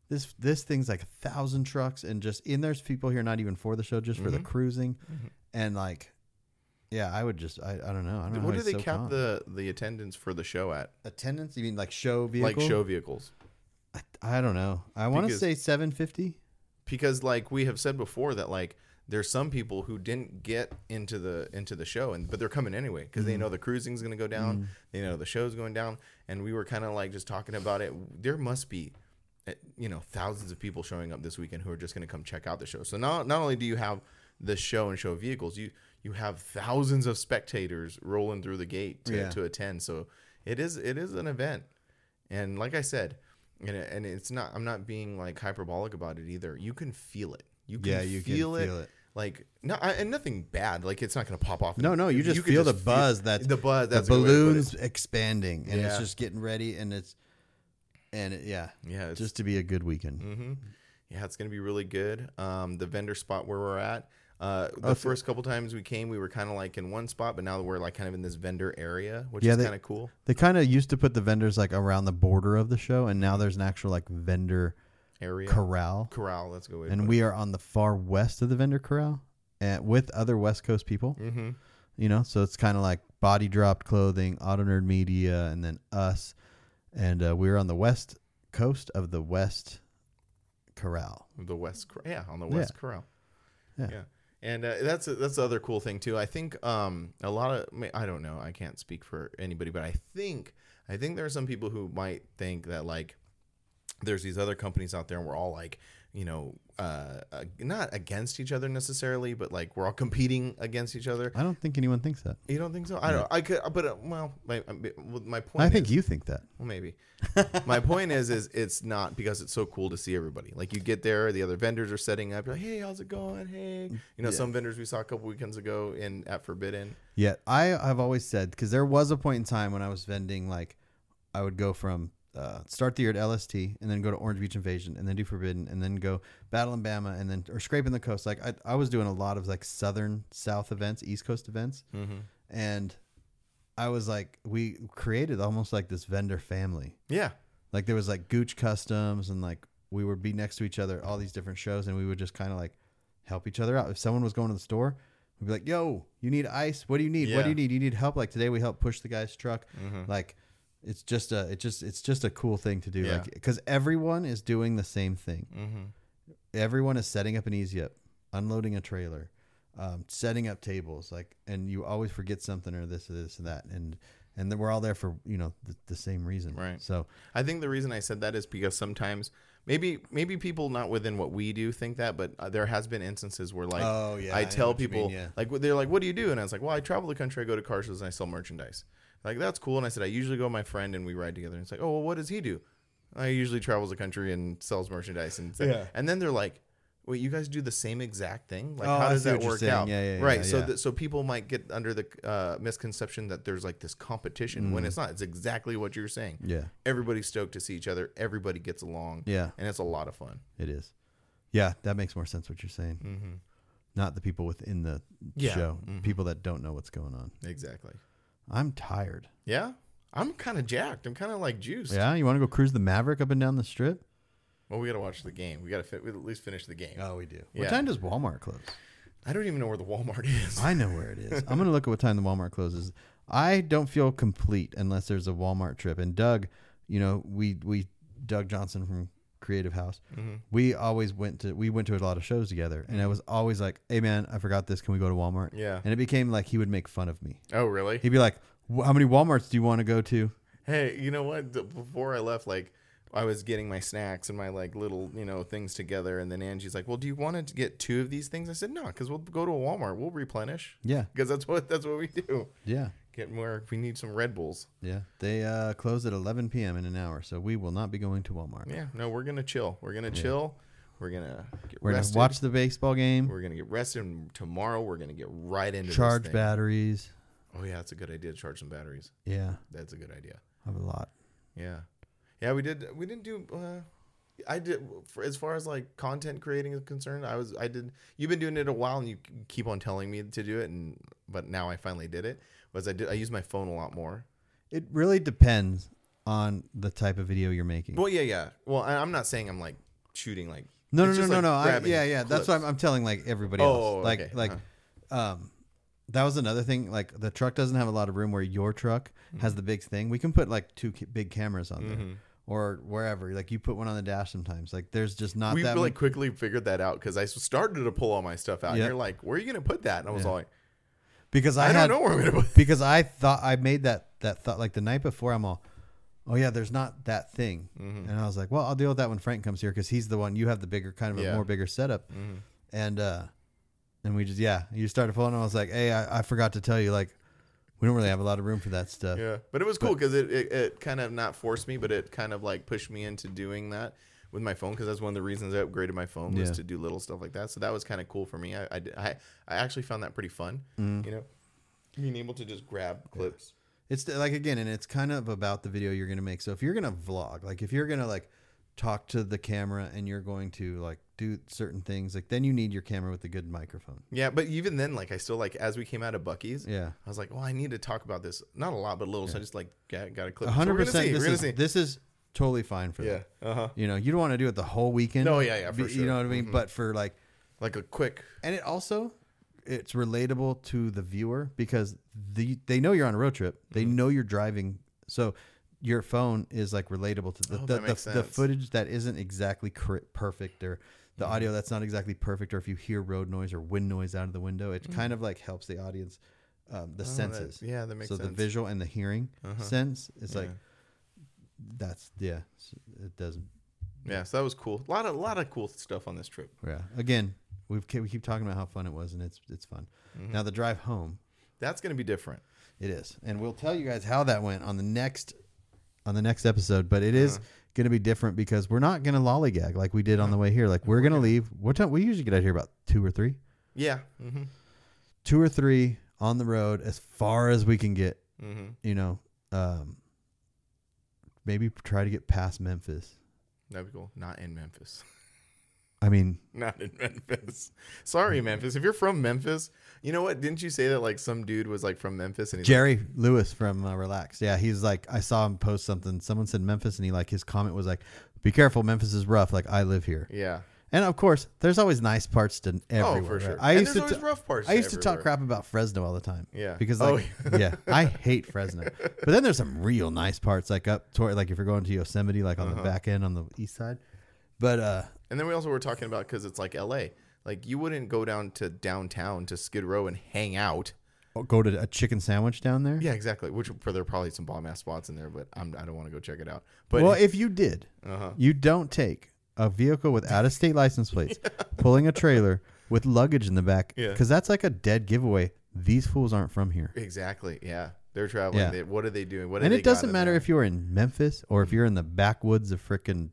this this thing's like a thousand trucks and just and there's people here not even for the show, just for Mm-hmm. the cruising, and like, yeah, I would just I, I don't know. I don't know. how Oh, what do he's they so cap calm. the the attendance for the show at attendance? You mean like show vehicle? like show vehicles I, I don't know. I want to Because- say 750. because like we have said before that like there's some people who didn't get into the into the show and but they're coming anyway because they know the cruising's going to go down they know the show's going down and we were kind of like just talking about it there must be eh, you know thousands of people showing up this weekend who are just going to come check out the show so not not only do you have the show and show vehicles you you have thousands of spectators rolling through the gate to, Yeah. to attend so it is it is an event and like I said, and, it- and it's not, I'm not being like hyperbolic about it either. You can feel it. You can, Yeah, you can feel, it. feel it. Like, no, I, and nothing bad. Like, it's not going to pop off. No, no, you just could feel the buzz that's the buzz. That's a the good way to put it. balloons expanding and it's Yeah. just getting ready and it's and it, yeah Yeah. It's, just to be a good weekend hmm Yeah, it's going to be really good. Um, the vendor spot where we're at. Uh, so- the first couple times we came, we were kind of like in one spot, but now we're like kind of in this vendor area, which Yeah, is they- kind of cool. they kind of used to put the vendors like around the border of the show and Mm-hmm. now there's an actual like vendor Area corral corral. That's a good way. and we are on the far west of the vendor corral and with other west coast people mm-hmm. you know so it's kind of like body dropped clothing auto nerd media and then us and uh, we're on the west coast of the west corral The West, Cor- yeah, on the West Yeah. Corral. Yeah. and uh, that's that's the other cool thing too. I think um a lot of I mean, I don't know. I can't speak for anybody, but I think I think there are some people who might think that like there's these other companies out there, and we're all like you know uh, uh not against each other necessarily, but like we're all competing against each other. i don't think anyone thinks that You don't think so? I don't. I could, but uh, well, my my point. i is- think you think that well, maybe. My point is, is it's not because it's so cool to see everybody. Like you get there, the other vendors are setting up. You're like, hey, how's it going? Hey, you know, some vendors we saw a couple weekends ago in at Forbidden. Yeah, I have always said because there was a point in time when I was vending, like I would go from uh, start the year at LST and then go to Orange Beach Invasion and then do Forbidden and then go Battle in Bama and then or Scraping the Coast. Like I, I was doing a lot of like Southern South events, East Coast events, and I was like, we created almost like this vendor family. Yeah, Like there was like Gooch Customs and like we would be next to each other at all these different shows and we would just kind of like help each other out. If someone was going to the store, we'd be like, "Yo, you need ice? What do you need? What Yeah. do you need? You need help?" Like today we helped push the guy's truck. Like it's just a it just it's just a cool thing to do Yeah. like cuz everyone is doing the same thing. Mm-hmm. Everyone is setting up an easy up, unloading a trailer, um, setting up tables like and you always forget something or this or this and that and and then we're all there for, you know, the, the same reason. Right. So, I think the reason I said that is because sometimes Maybe maybe people not within what we do think that, but uh, there has been instances where like Oh, yeah, I I know tell what you mean, people yeah. like they're like, "What do you do?" And I was like, "Well, I travel the country. I go to car shows and I sell merchandise." Like that's cool. And I said, "I usually go with my friend and we ride together." And it's like, "Oh, well, what does he do?" I usually travels the country and sells merchandise and Yeah. and then they're like. Wait, you guys do the same exact thing? Like, Oh, how I does see that what you're work saying. out? Yeah, yeah, right. yeah, so, yeah. th- so people might get under the uh, misconception that there's like this competition Mm. when it's not. It's exactly what you're saying. Yeah. Everybody's stoked to see each other. Everybody gets along. Yeah. And it's a lot of fun. It is. Yeah, that makes more sense what you're saying. Mm-hmm. Not the people within the Yeah. mm-hmm. show, people that don't know what's going on. Exactly. I'm tired. Yeah. I'm kind of jacked. I'm kind of like juiced. Yeah, you want to go cruise the Maverick up and down the strip? Well, we got to watch the game. We got to fit. We at least finish the game. Oh, we do. What Yeah. time does Walmart close? I don't even know where the Walmart is. I know where it is. I'm going to look at what time the Walmart closes. I don't feel complete unless there's a Walmart trip. And Doug, you know, we we Doug Johnson from Creative House. Mm-hmm. We always went to we went to a lot of shows together, and I was always like, "Hey man, I forgot this. Can we go to Walmart?" Yeah. And it became like he would make fun of me. Oh, really? He'd be like, "Wh- "How many WalMarts do you want to go to?" Hey, you know what? The- Before I left, like I was getting my snacks and my like little you know things together, and then Angie's like, "Well, do you want to get two of these things?" I said, "No, because we'll go to a Walmart. We'll replenish. Yeah. because that's what that's what we do. Yeah. Get more. We need some Red Bulls. Yeah. They uh, close at 11 p.m. in an hour, so we will not be going to Walmart. Yeah. No, we're gonna chill. We're gonna chill. We're gonna get We're going rested. to watch the baseball game, We're gonna get rested. And tomorrow, we're gonna get right into this charge thing. batteries. Oh yeah, that's a good idea. to Charge some batteries. Yeah. That's a good idea. I have a lot. Yeah, yeah. We did. We didn't do. Uh, I did. For, as far as like content creating is concerned, I was. I did. You've been doing it a while, and you keep on telling me to do it, and but now I finally did it. Was I did. I use my phone a lot more. It really depends on the type of video you're making. Well, yeah, yeah. Well, I, I'm not saying I'm like shooting like. no, no, it's no, just, no, like, no. I, grabbing yeah, yeah. That's clips. what I'm, I'm telling like everybody Oh, else. Like, okay, uh-huh. like, um, that was another thing. Like the truck doesn't have a lot of room where your truck Mm-hmm. has the big thing. We can put like two ca- big cameras on there or wherever. Like you put one on the dash sometimes. Like there's just not we that. really many- quickly figured that out because I started to pull all my stuff out. Yeah. And you're like, "Where are you gonna put that?" And I was all like, because I, "I, had, don't know where I'm gonna put." because I thought I made that that thought like the night before. I'm all, oh yeah, there's not that thing, Mm-hmm. and I was like, well, I'll deal with that when Frank comes here because he's the one you have the bigger kind of a Yeah. Mm-hmm. more bigger setup, and uh, and we just yeah, you started pulling. And I was like, hey, I, I forgot to tell you, like, we don't really have a lot of room for that stuff. Yeah, but it was cool because it, it, it kind of not forced me, but it kind of like pushed me into doing that with my phone because that's one of the reasons I upgraded my phone was Yeah. to do little stuff like that. So that was kind of cool for me. I, I, did- I, I actually found that pretty fun. Mm. You know, being able to just grab clips. It's like again, and it's kind of about the video you're gonna make. So if you're gonna vlog, like if you're gonna like talk to the camera and you're going to like do certain things, like then you need your camera with a good microphone. Yeah, but even then, like I still like as we came out of Bucky's. Yeah. I was like, well, I need to talk about this. Not a lot, but a little. So I just like got, got a clip. So hundred we're gonna see, percent. This we're gonna is see. this is totally fine for Yeah. them. Uh huh. You know, you don't want to do it the whole weekend. No, yeah, yeah, for Be- sure. Mm-hmm. You know what I mean? But for like, Like a quick. oh, and it also it's relatable to the viewer because the they know you're on a road trip. They Mm-hmm. know you're driving, so your phone is like relatable to the Oh, the, that makes the, the sense. Mm-hmm. footage that isn't exactly cor- perfect or the audio that's not exactly perfect or if you hear road noise or wind noise out of the window it kind of like helps the audience um, the senses yeah, Mm-hmm. Oh, that makes so the sense. Uh-huh. visual and the hearing sense is like that's yeah s- it doesn't Yeah. So that was cool. A lot of lot of cool stuff on this trip. yeah again we've ke- we keep talking about how fun it was and it's it's fun now the drive home That's gonna be different. it is and we'll tell you guys how that went on the next on the next episode but it is going to be different because we're not going to lollygag like we did on the way here like we're going to leave what time we usually get out here about two or three Yeah. Mm-hmm. two or three on the road as far as we can get Mm-hmm. you know um maybe try to get past memphis That'd be cool. Not in Memphis. i mean Not in Memphis. Sorry, Memphis. If you're from Memphis, you know what? Didn't you say that like some dude was like from Memphis and he's Jerry Lewis from uh, Relax. Yeah, he's like I saw him post something. Someone said Memphis, and he like his comment was like, "Be careful, Memphis is rough. Like I live here." like, yeah, And of course, there's always nice parts to everywhere. Oh, for sure. right? I And used there's to always rough parts I to used to talk everywhere. crap about Fresno all the time. Yeah. because Oh, like yeah, I hate Fresno. But then there's some real nice parts like up toward like if you're going to Yosemite, like Uh-huh. on the back end on the east side. But uh, And then we also were talking about because it's like L.A. Like you wouldn't go down to downtown to Skid Row and hang out. go to a chicken sandwich down there. Yeah, exactly. Which for there are probably some bomb ass spots in there, but Uh-huh. I'm, I don't want to go check it out. But well, if you did, you don't take a vehicle with out of state license plates pulling a trailer with luggage in the back. Yeah. Because that's like a dead giveaway. These fools aren't from here. Exactly. Yeah. They're traveling. Yeah. They, what are they doing? What have and they it got Mm-hmm. doesn't in matter there? if you're in Memphis or if you're in the backwoods of frickin'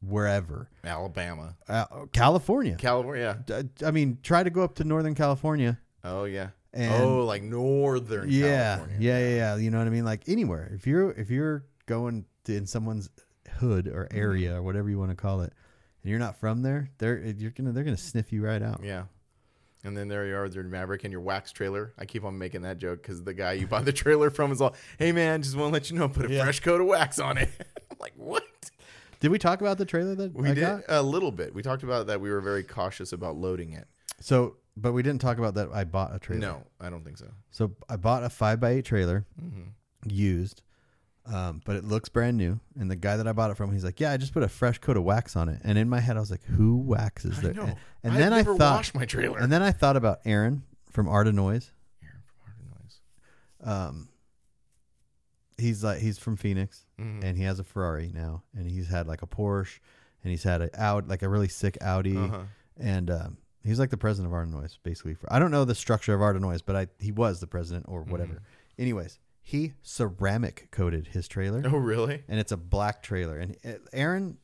wherever, Alabama, uh, California. California. D- I mean, try to go up to Northern California. Oh yeah. And- oh, like northern yeah, California. yeah, yeah, yeah. You know what I mean? Like anywhere. If you're if you're going to, in someone's hood or Mm-hmm. area or whatever you want to call it, and you're not from there, they're you're gonna they're gonna sniff you right out. Yeah. And then there you are, with your Maverick and your wax trailer. I keep on making that joke because the guy you bought the trailer from is all, "Hey man, just want to let you know, put a fresh coat of wax on it." I'm like, what? Did we talk about the trailer that We I did got? a little bit. We talked about that. We were very cautious about loading it. So, but we didn't talk about that. I bought a trailer. No, I don't think so. So I bought a five by eight trailer, Mm-hmm. used, um, but it looks brand new. And the guy that I bought it from, he's like, "Yeah, I just put a fresh coat of wax on it." And in my head, I was like, "Who waxes their?" know. And, and I've then never I thought, washed my trailer. And then I thought about Aaron from Art of Noise. Aaron from Hard Noise. Um, he's like he's from Phoenix, Mhm. and he has a Ferrari now, and he's had like a Porsche, and he's had an out like a really sick Audi, Uh-huh. and um, he's like the president of Art of Noise, basically. For I don't know the structure of Art of Noise, but I he was the president Mm-hmm. or whatever. Anyways, he ceramic coated his trailer, Oh really? and it's a black trailer. And uh, Aaron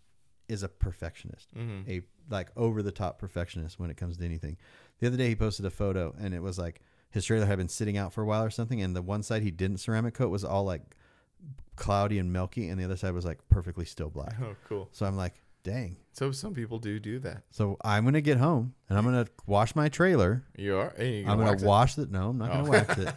is a perfectionist, Mm-hmm. a like over the top perfectionist when it comes to anything. The other day he posted a photo, and it was like his trailer had been sitting out for a while or something, and the one side he didn't ceramic coat was all like cloudy and milky, and the other side was like perfectly still black. Oh cool. So I'm like, dang. So some people do do that. So I'm gonna get home and I'm gonna wash my trailer. You are. and you're I'm gonna gonna wax it? Oh. wash the no, I'm not gonna wax it.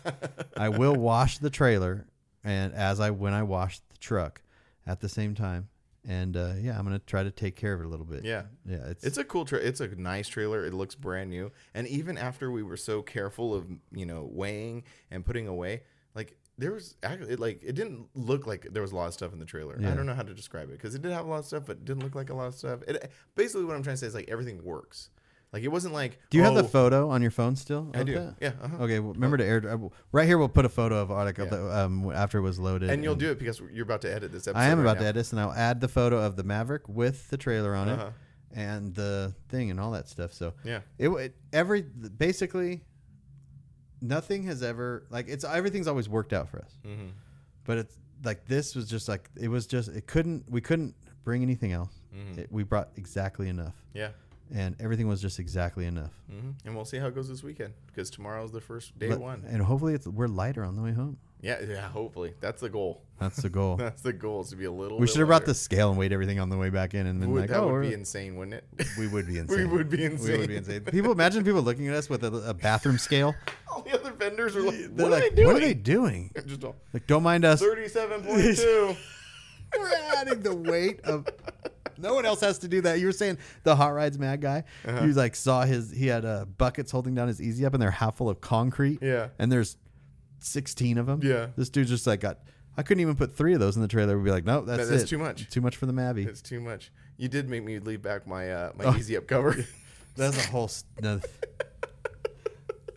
I will wash the trailer, and as I when I wash the truck, at the same time, and uh, yeah, I'm gonna try to take care of it a little bit. Yeah. yeah, it's, It's a cool tra- it's a nice trailer. It looks brand new. And even after we were so careful of, you know, weighing and putting away, like there was actually like it didn't look like there was a lot of stuff in the trailer. I Yeah. don't know how to describe it because it did have a lot of stuff, but it didn't look like a lot of stuff. It basically what I'm trying to say is like everything works. Like it wasn't like Do you have the "Oh, photo on your phone still? I of do. that? Oh, Yeah. Uh-huh. Okay, well, remember to air uh, right here. We'll put a photo of Arctic of the, um, after it was loaded, And you'll do it because you're about to edit this episode. I am right about now. to edit this, and I'll add the photo of the Maverick with the trailer on Uh-huh. it, and the thing and all that stuff. So Yeah. It, w- it every basically nothing has ever like it's everything's always worked out for us. Mm-hmm. But it's like this was just like it was just it couldn't we couldn't bring anything else. Mm-hmm. It, we brought exactly enough, Yeah. and everything was just exactly enough. hmm And we'll see how it goes this weekend because tomorrow's the first day But- one. and hopefully it's we're lighter on the way home. Yeah. Yeah. Hopefully that's the goal. That's the goal. That's the goal is to be a little. we bit should have brought lighter. the scale and weighed everything on the way back in, and then Would- like that oh would we're, be insane, wouldn't it? we would be insane. we would be insane. We would be insane. People imagine people looking at us with a, a bathroom scale. All the other vendors are like, They're what, like, are they doing? what are they doing? Just all, Like, don't mind us. 37.2. We're adding the weight of. No one else has to do that. You were saying the hot rides mad guy. Uh-huh. You like saw his. He had uh, buckets holding down his easy up, and they're half full of concrete. Yeah. and there's sixteen of them. Yeah. this dude just like got. I couldn't even put three of those in the trailer. We'd be like, no, that's, that's it. too much. Too much for the Mavi. it's too much. You did make me leave back my uh, my Oh. easy up cover. That's a whole. s- no.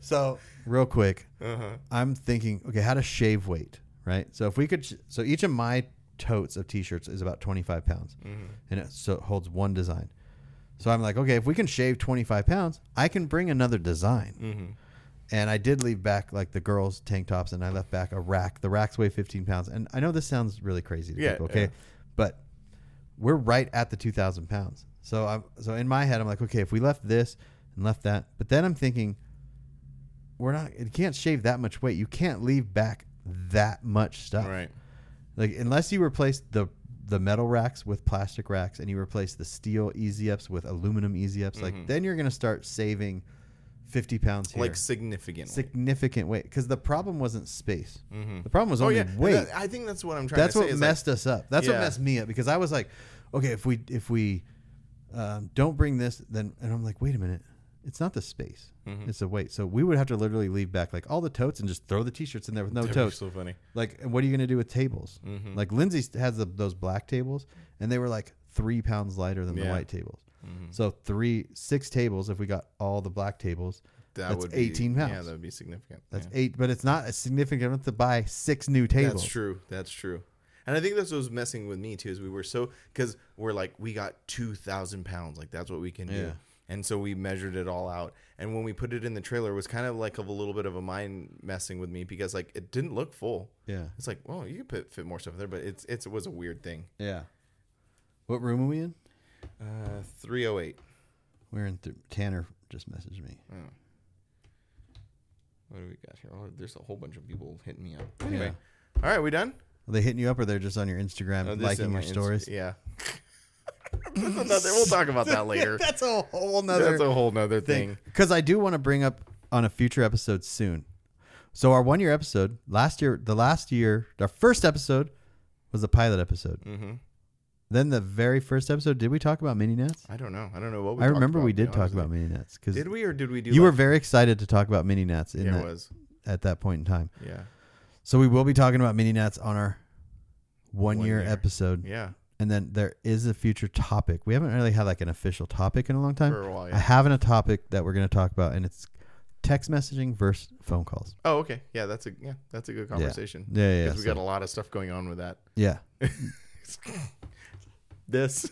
so real quick, Uh-huh. I'm thinking, okay, how to shave weight, right? So if we could, sh- so each of my totes of t-shirts is about 25 pounds, Mm-hmm. and it so it holds one design. So I'm like, okay, if we can shave 25 pounds, I can bring another design. Mm-hmm. And I did leave back like the girls' tank tops, and I left back a rack. The racks weigh 15 pounds, and I know this sounds really crazy to Yeah, people, okay, yeah. but we're right at the 2,000 pounds. So I'm so in my head, I'm like, okay, if we left this and left that, but then I'm thinking, we're not you can't shave that much weight. You can't leave back that much stuff. right. Like unless you replace the the metal racks with plastic racks and you replace the steel easy ups with aluminum easy ups, like then you're gonna start saving fifty pounds here. Mm-hmm. Like significantly. significant weight. Because the problem wasn't space. Mm-hmm. The problem was only weight. Oh, That- I think that's what I'm trying That's to say. what is, like, messed us up. That's what Yeah. messed me up because I was like, okay, if we if we um, don't bring this, then and I'm like, wait a minute, it's not the space, Mm-hmm. it's the weight. So we would have to literally leave back like all the totes and just throw the t-shirts in there with no That'd be totes. so funny. Like, and what are you gonna do with tables? Mm-hmm. Like Lindsay has the, those black tables, and they were like three pounds lighter than the Yeah. Mm-hmm. white tables. So three six tables if we got all the black tables. That that's would be, 18 pounds. Yeah, that would be significant. that's Yeah. eight, but it's not as significant enough to buy six new tables. That's true. That's true. And I think that's what was messing with me too, is we were so because we're like we got two thousand pounds, like that's what we can do. Yeah. And so we measured it all out. And when we put it in the trailer, it was kind of like of a little bit of a mind messing with me because like it didn't look full. Yeah. It's like, well, you could put, fit more stuff in there, but it's, it's it was a weird thing. Yeah. What room are we in? Uh, 308. We're in. Th- Tanner just messaged me. Mm. What do we got here? Oh, there's a whole bunch of people hitting me up. Anyway, all right, we done? Are they hitting you up, or they're just on your Instagram Oh, this is liking my your Insta- stories? yeah. That's another- we'll talk about that later. That's a whole That's nother a whole nother thing. thing. Because I do want to bring up on a future episode soon. So our one year episode last year, the last year, our first episode was the pilot episode. hmm Then the very first episode, did we talk about mini nets? I don't know. I don't know what we I talked remember about, we to be did talk honest with about mini nets you. because Did we or did we do you were like- very excited to talk about mini nets in Yeah, that, it was. at that point in time. Yeah. So we will be talking about mini nets on our one, One year, year. episode, Yeah. and then there is a future topic. We haven't really had like an official topic in a long time. For a while. I Yeah. have an- a topic that we're going to talk about, and it's text messaging versus phone calls. Oh, okay. Yeah, that's a yeah, that's a good conversation. Yeah, yeah. yeah. Because we so- got a lot of stuff going on with that. yeah. This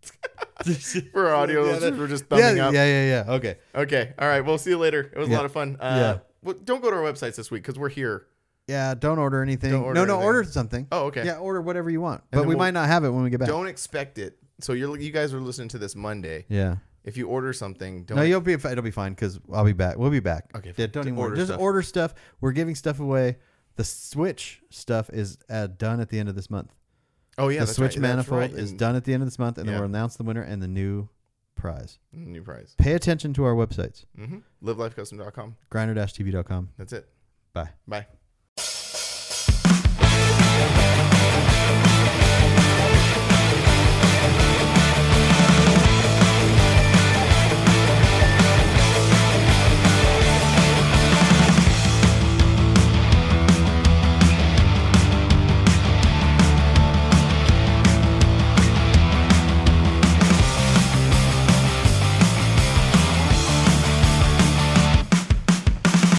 for audio, Yeah, that- we're just Yeah, thumbing yeah, up. yeah, yeah. Okay. Okay. All right. We'll see you later. It was Yeah. a lot of fun. Uh, Yeah. Well, don't go to our websites this week because we're here. Yeah, don't order anything. Don't order no, no, anything. order something. Oh, okay. Yeah, order whatever you want, And but then we we'll- might not have it when we get back. Don't expect it. So you're you guys are listening to this Monday. yeah. If you order something, don't. No, you'll be. fi- It'll be fine because I'll be back. We'll be back. Okay, Yeah, don't to even worry. order Just stuff. order stuff. We're giving stuff away. The Switch stuff is uh, done at the end of this month. oh yeah, the that's Switch right, that's manifold right, Mm, is and done at the end of this month, and Yeah. then we'll announce the winner and the new prize. mm, New prize. Pay attention to our websites, Mm-hmm. LiveLifeCustom.com. grinder-tv.com. That's it. Bye. Bye.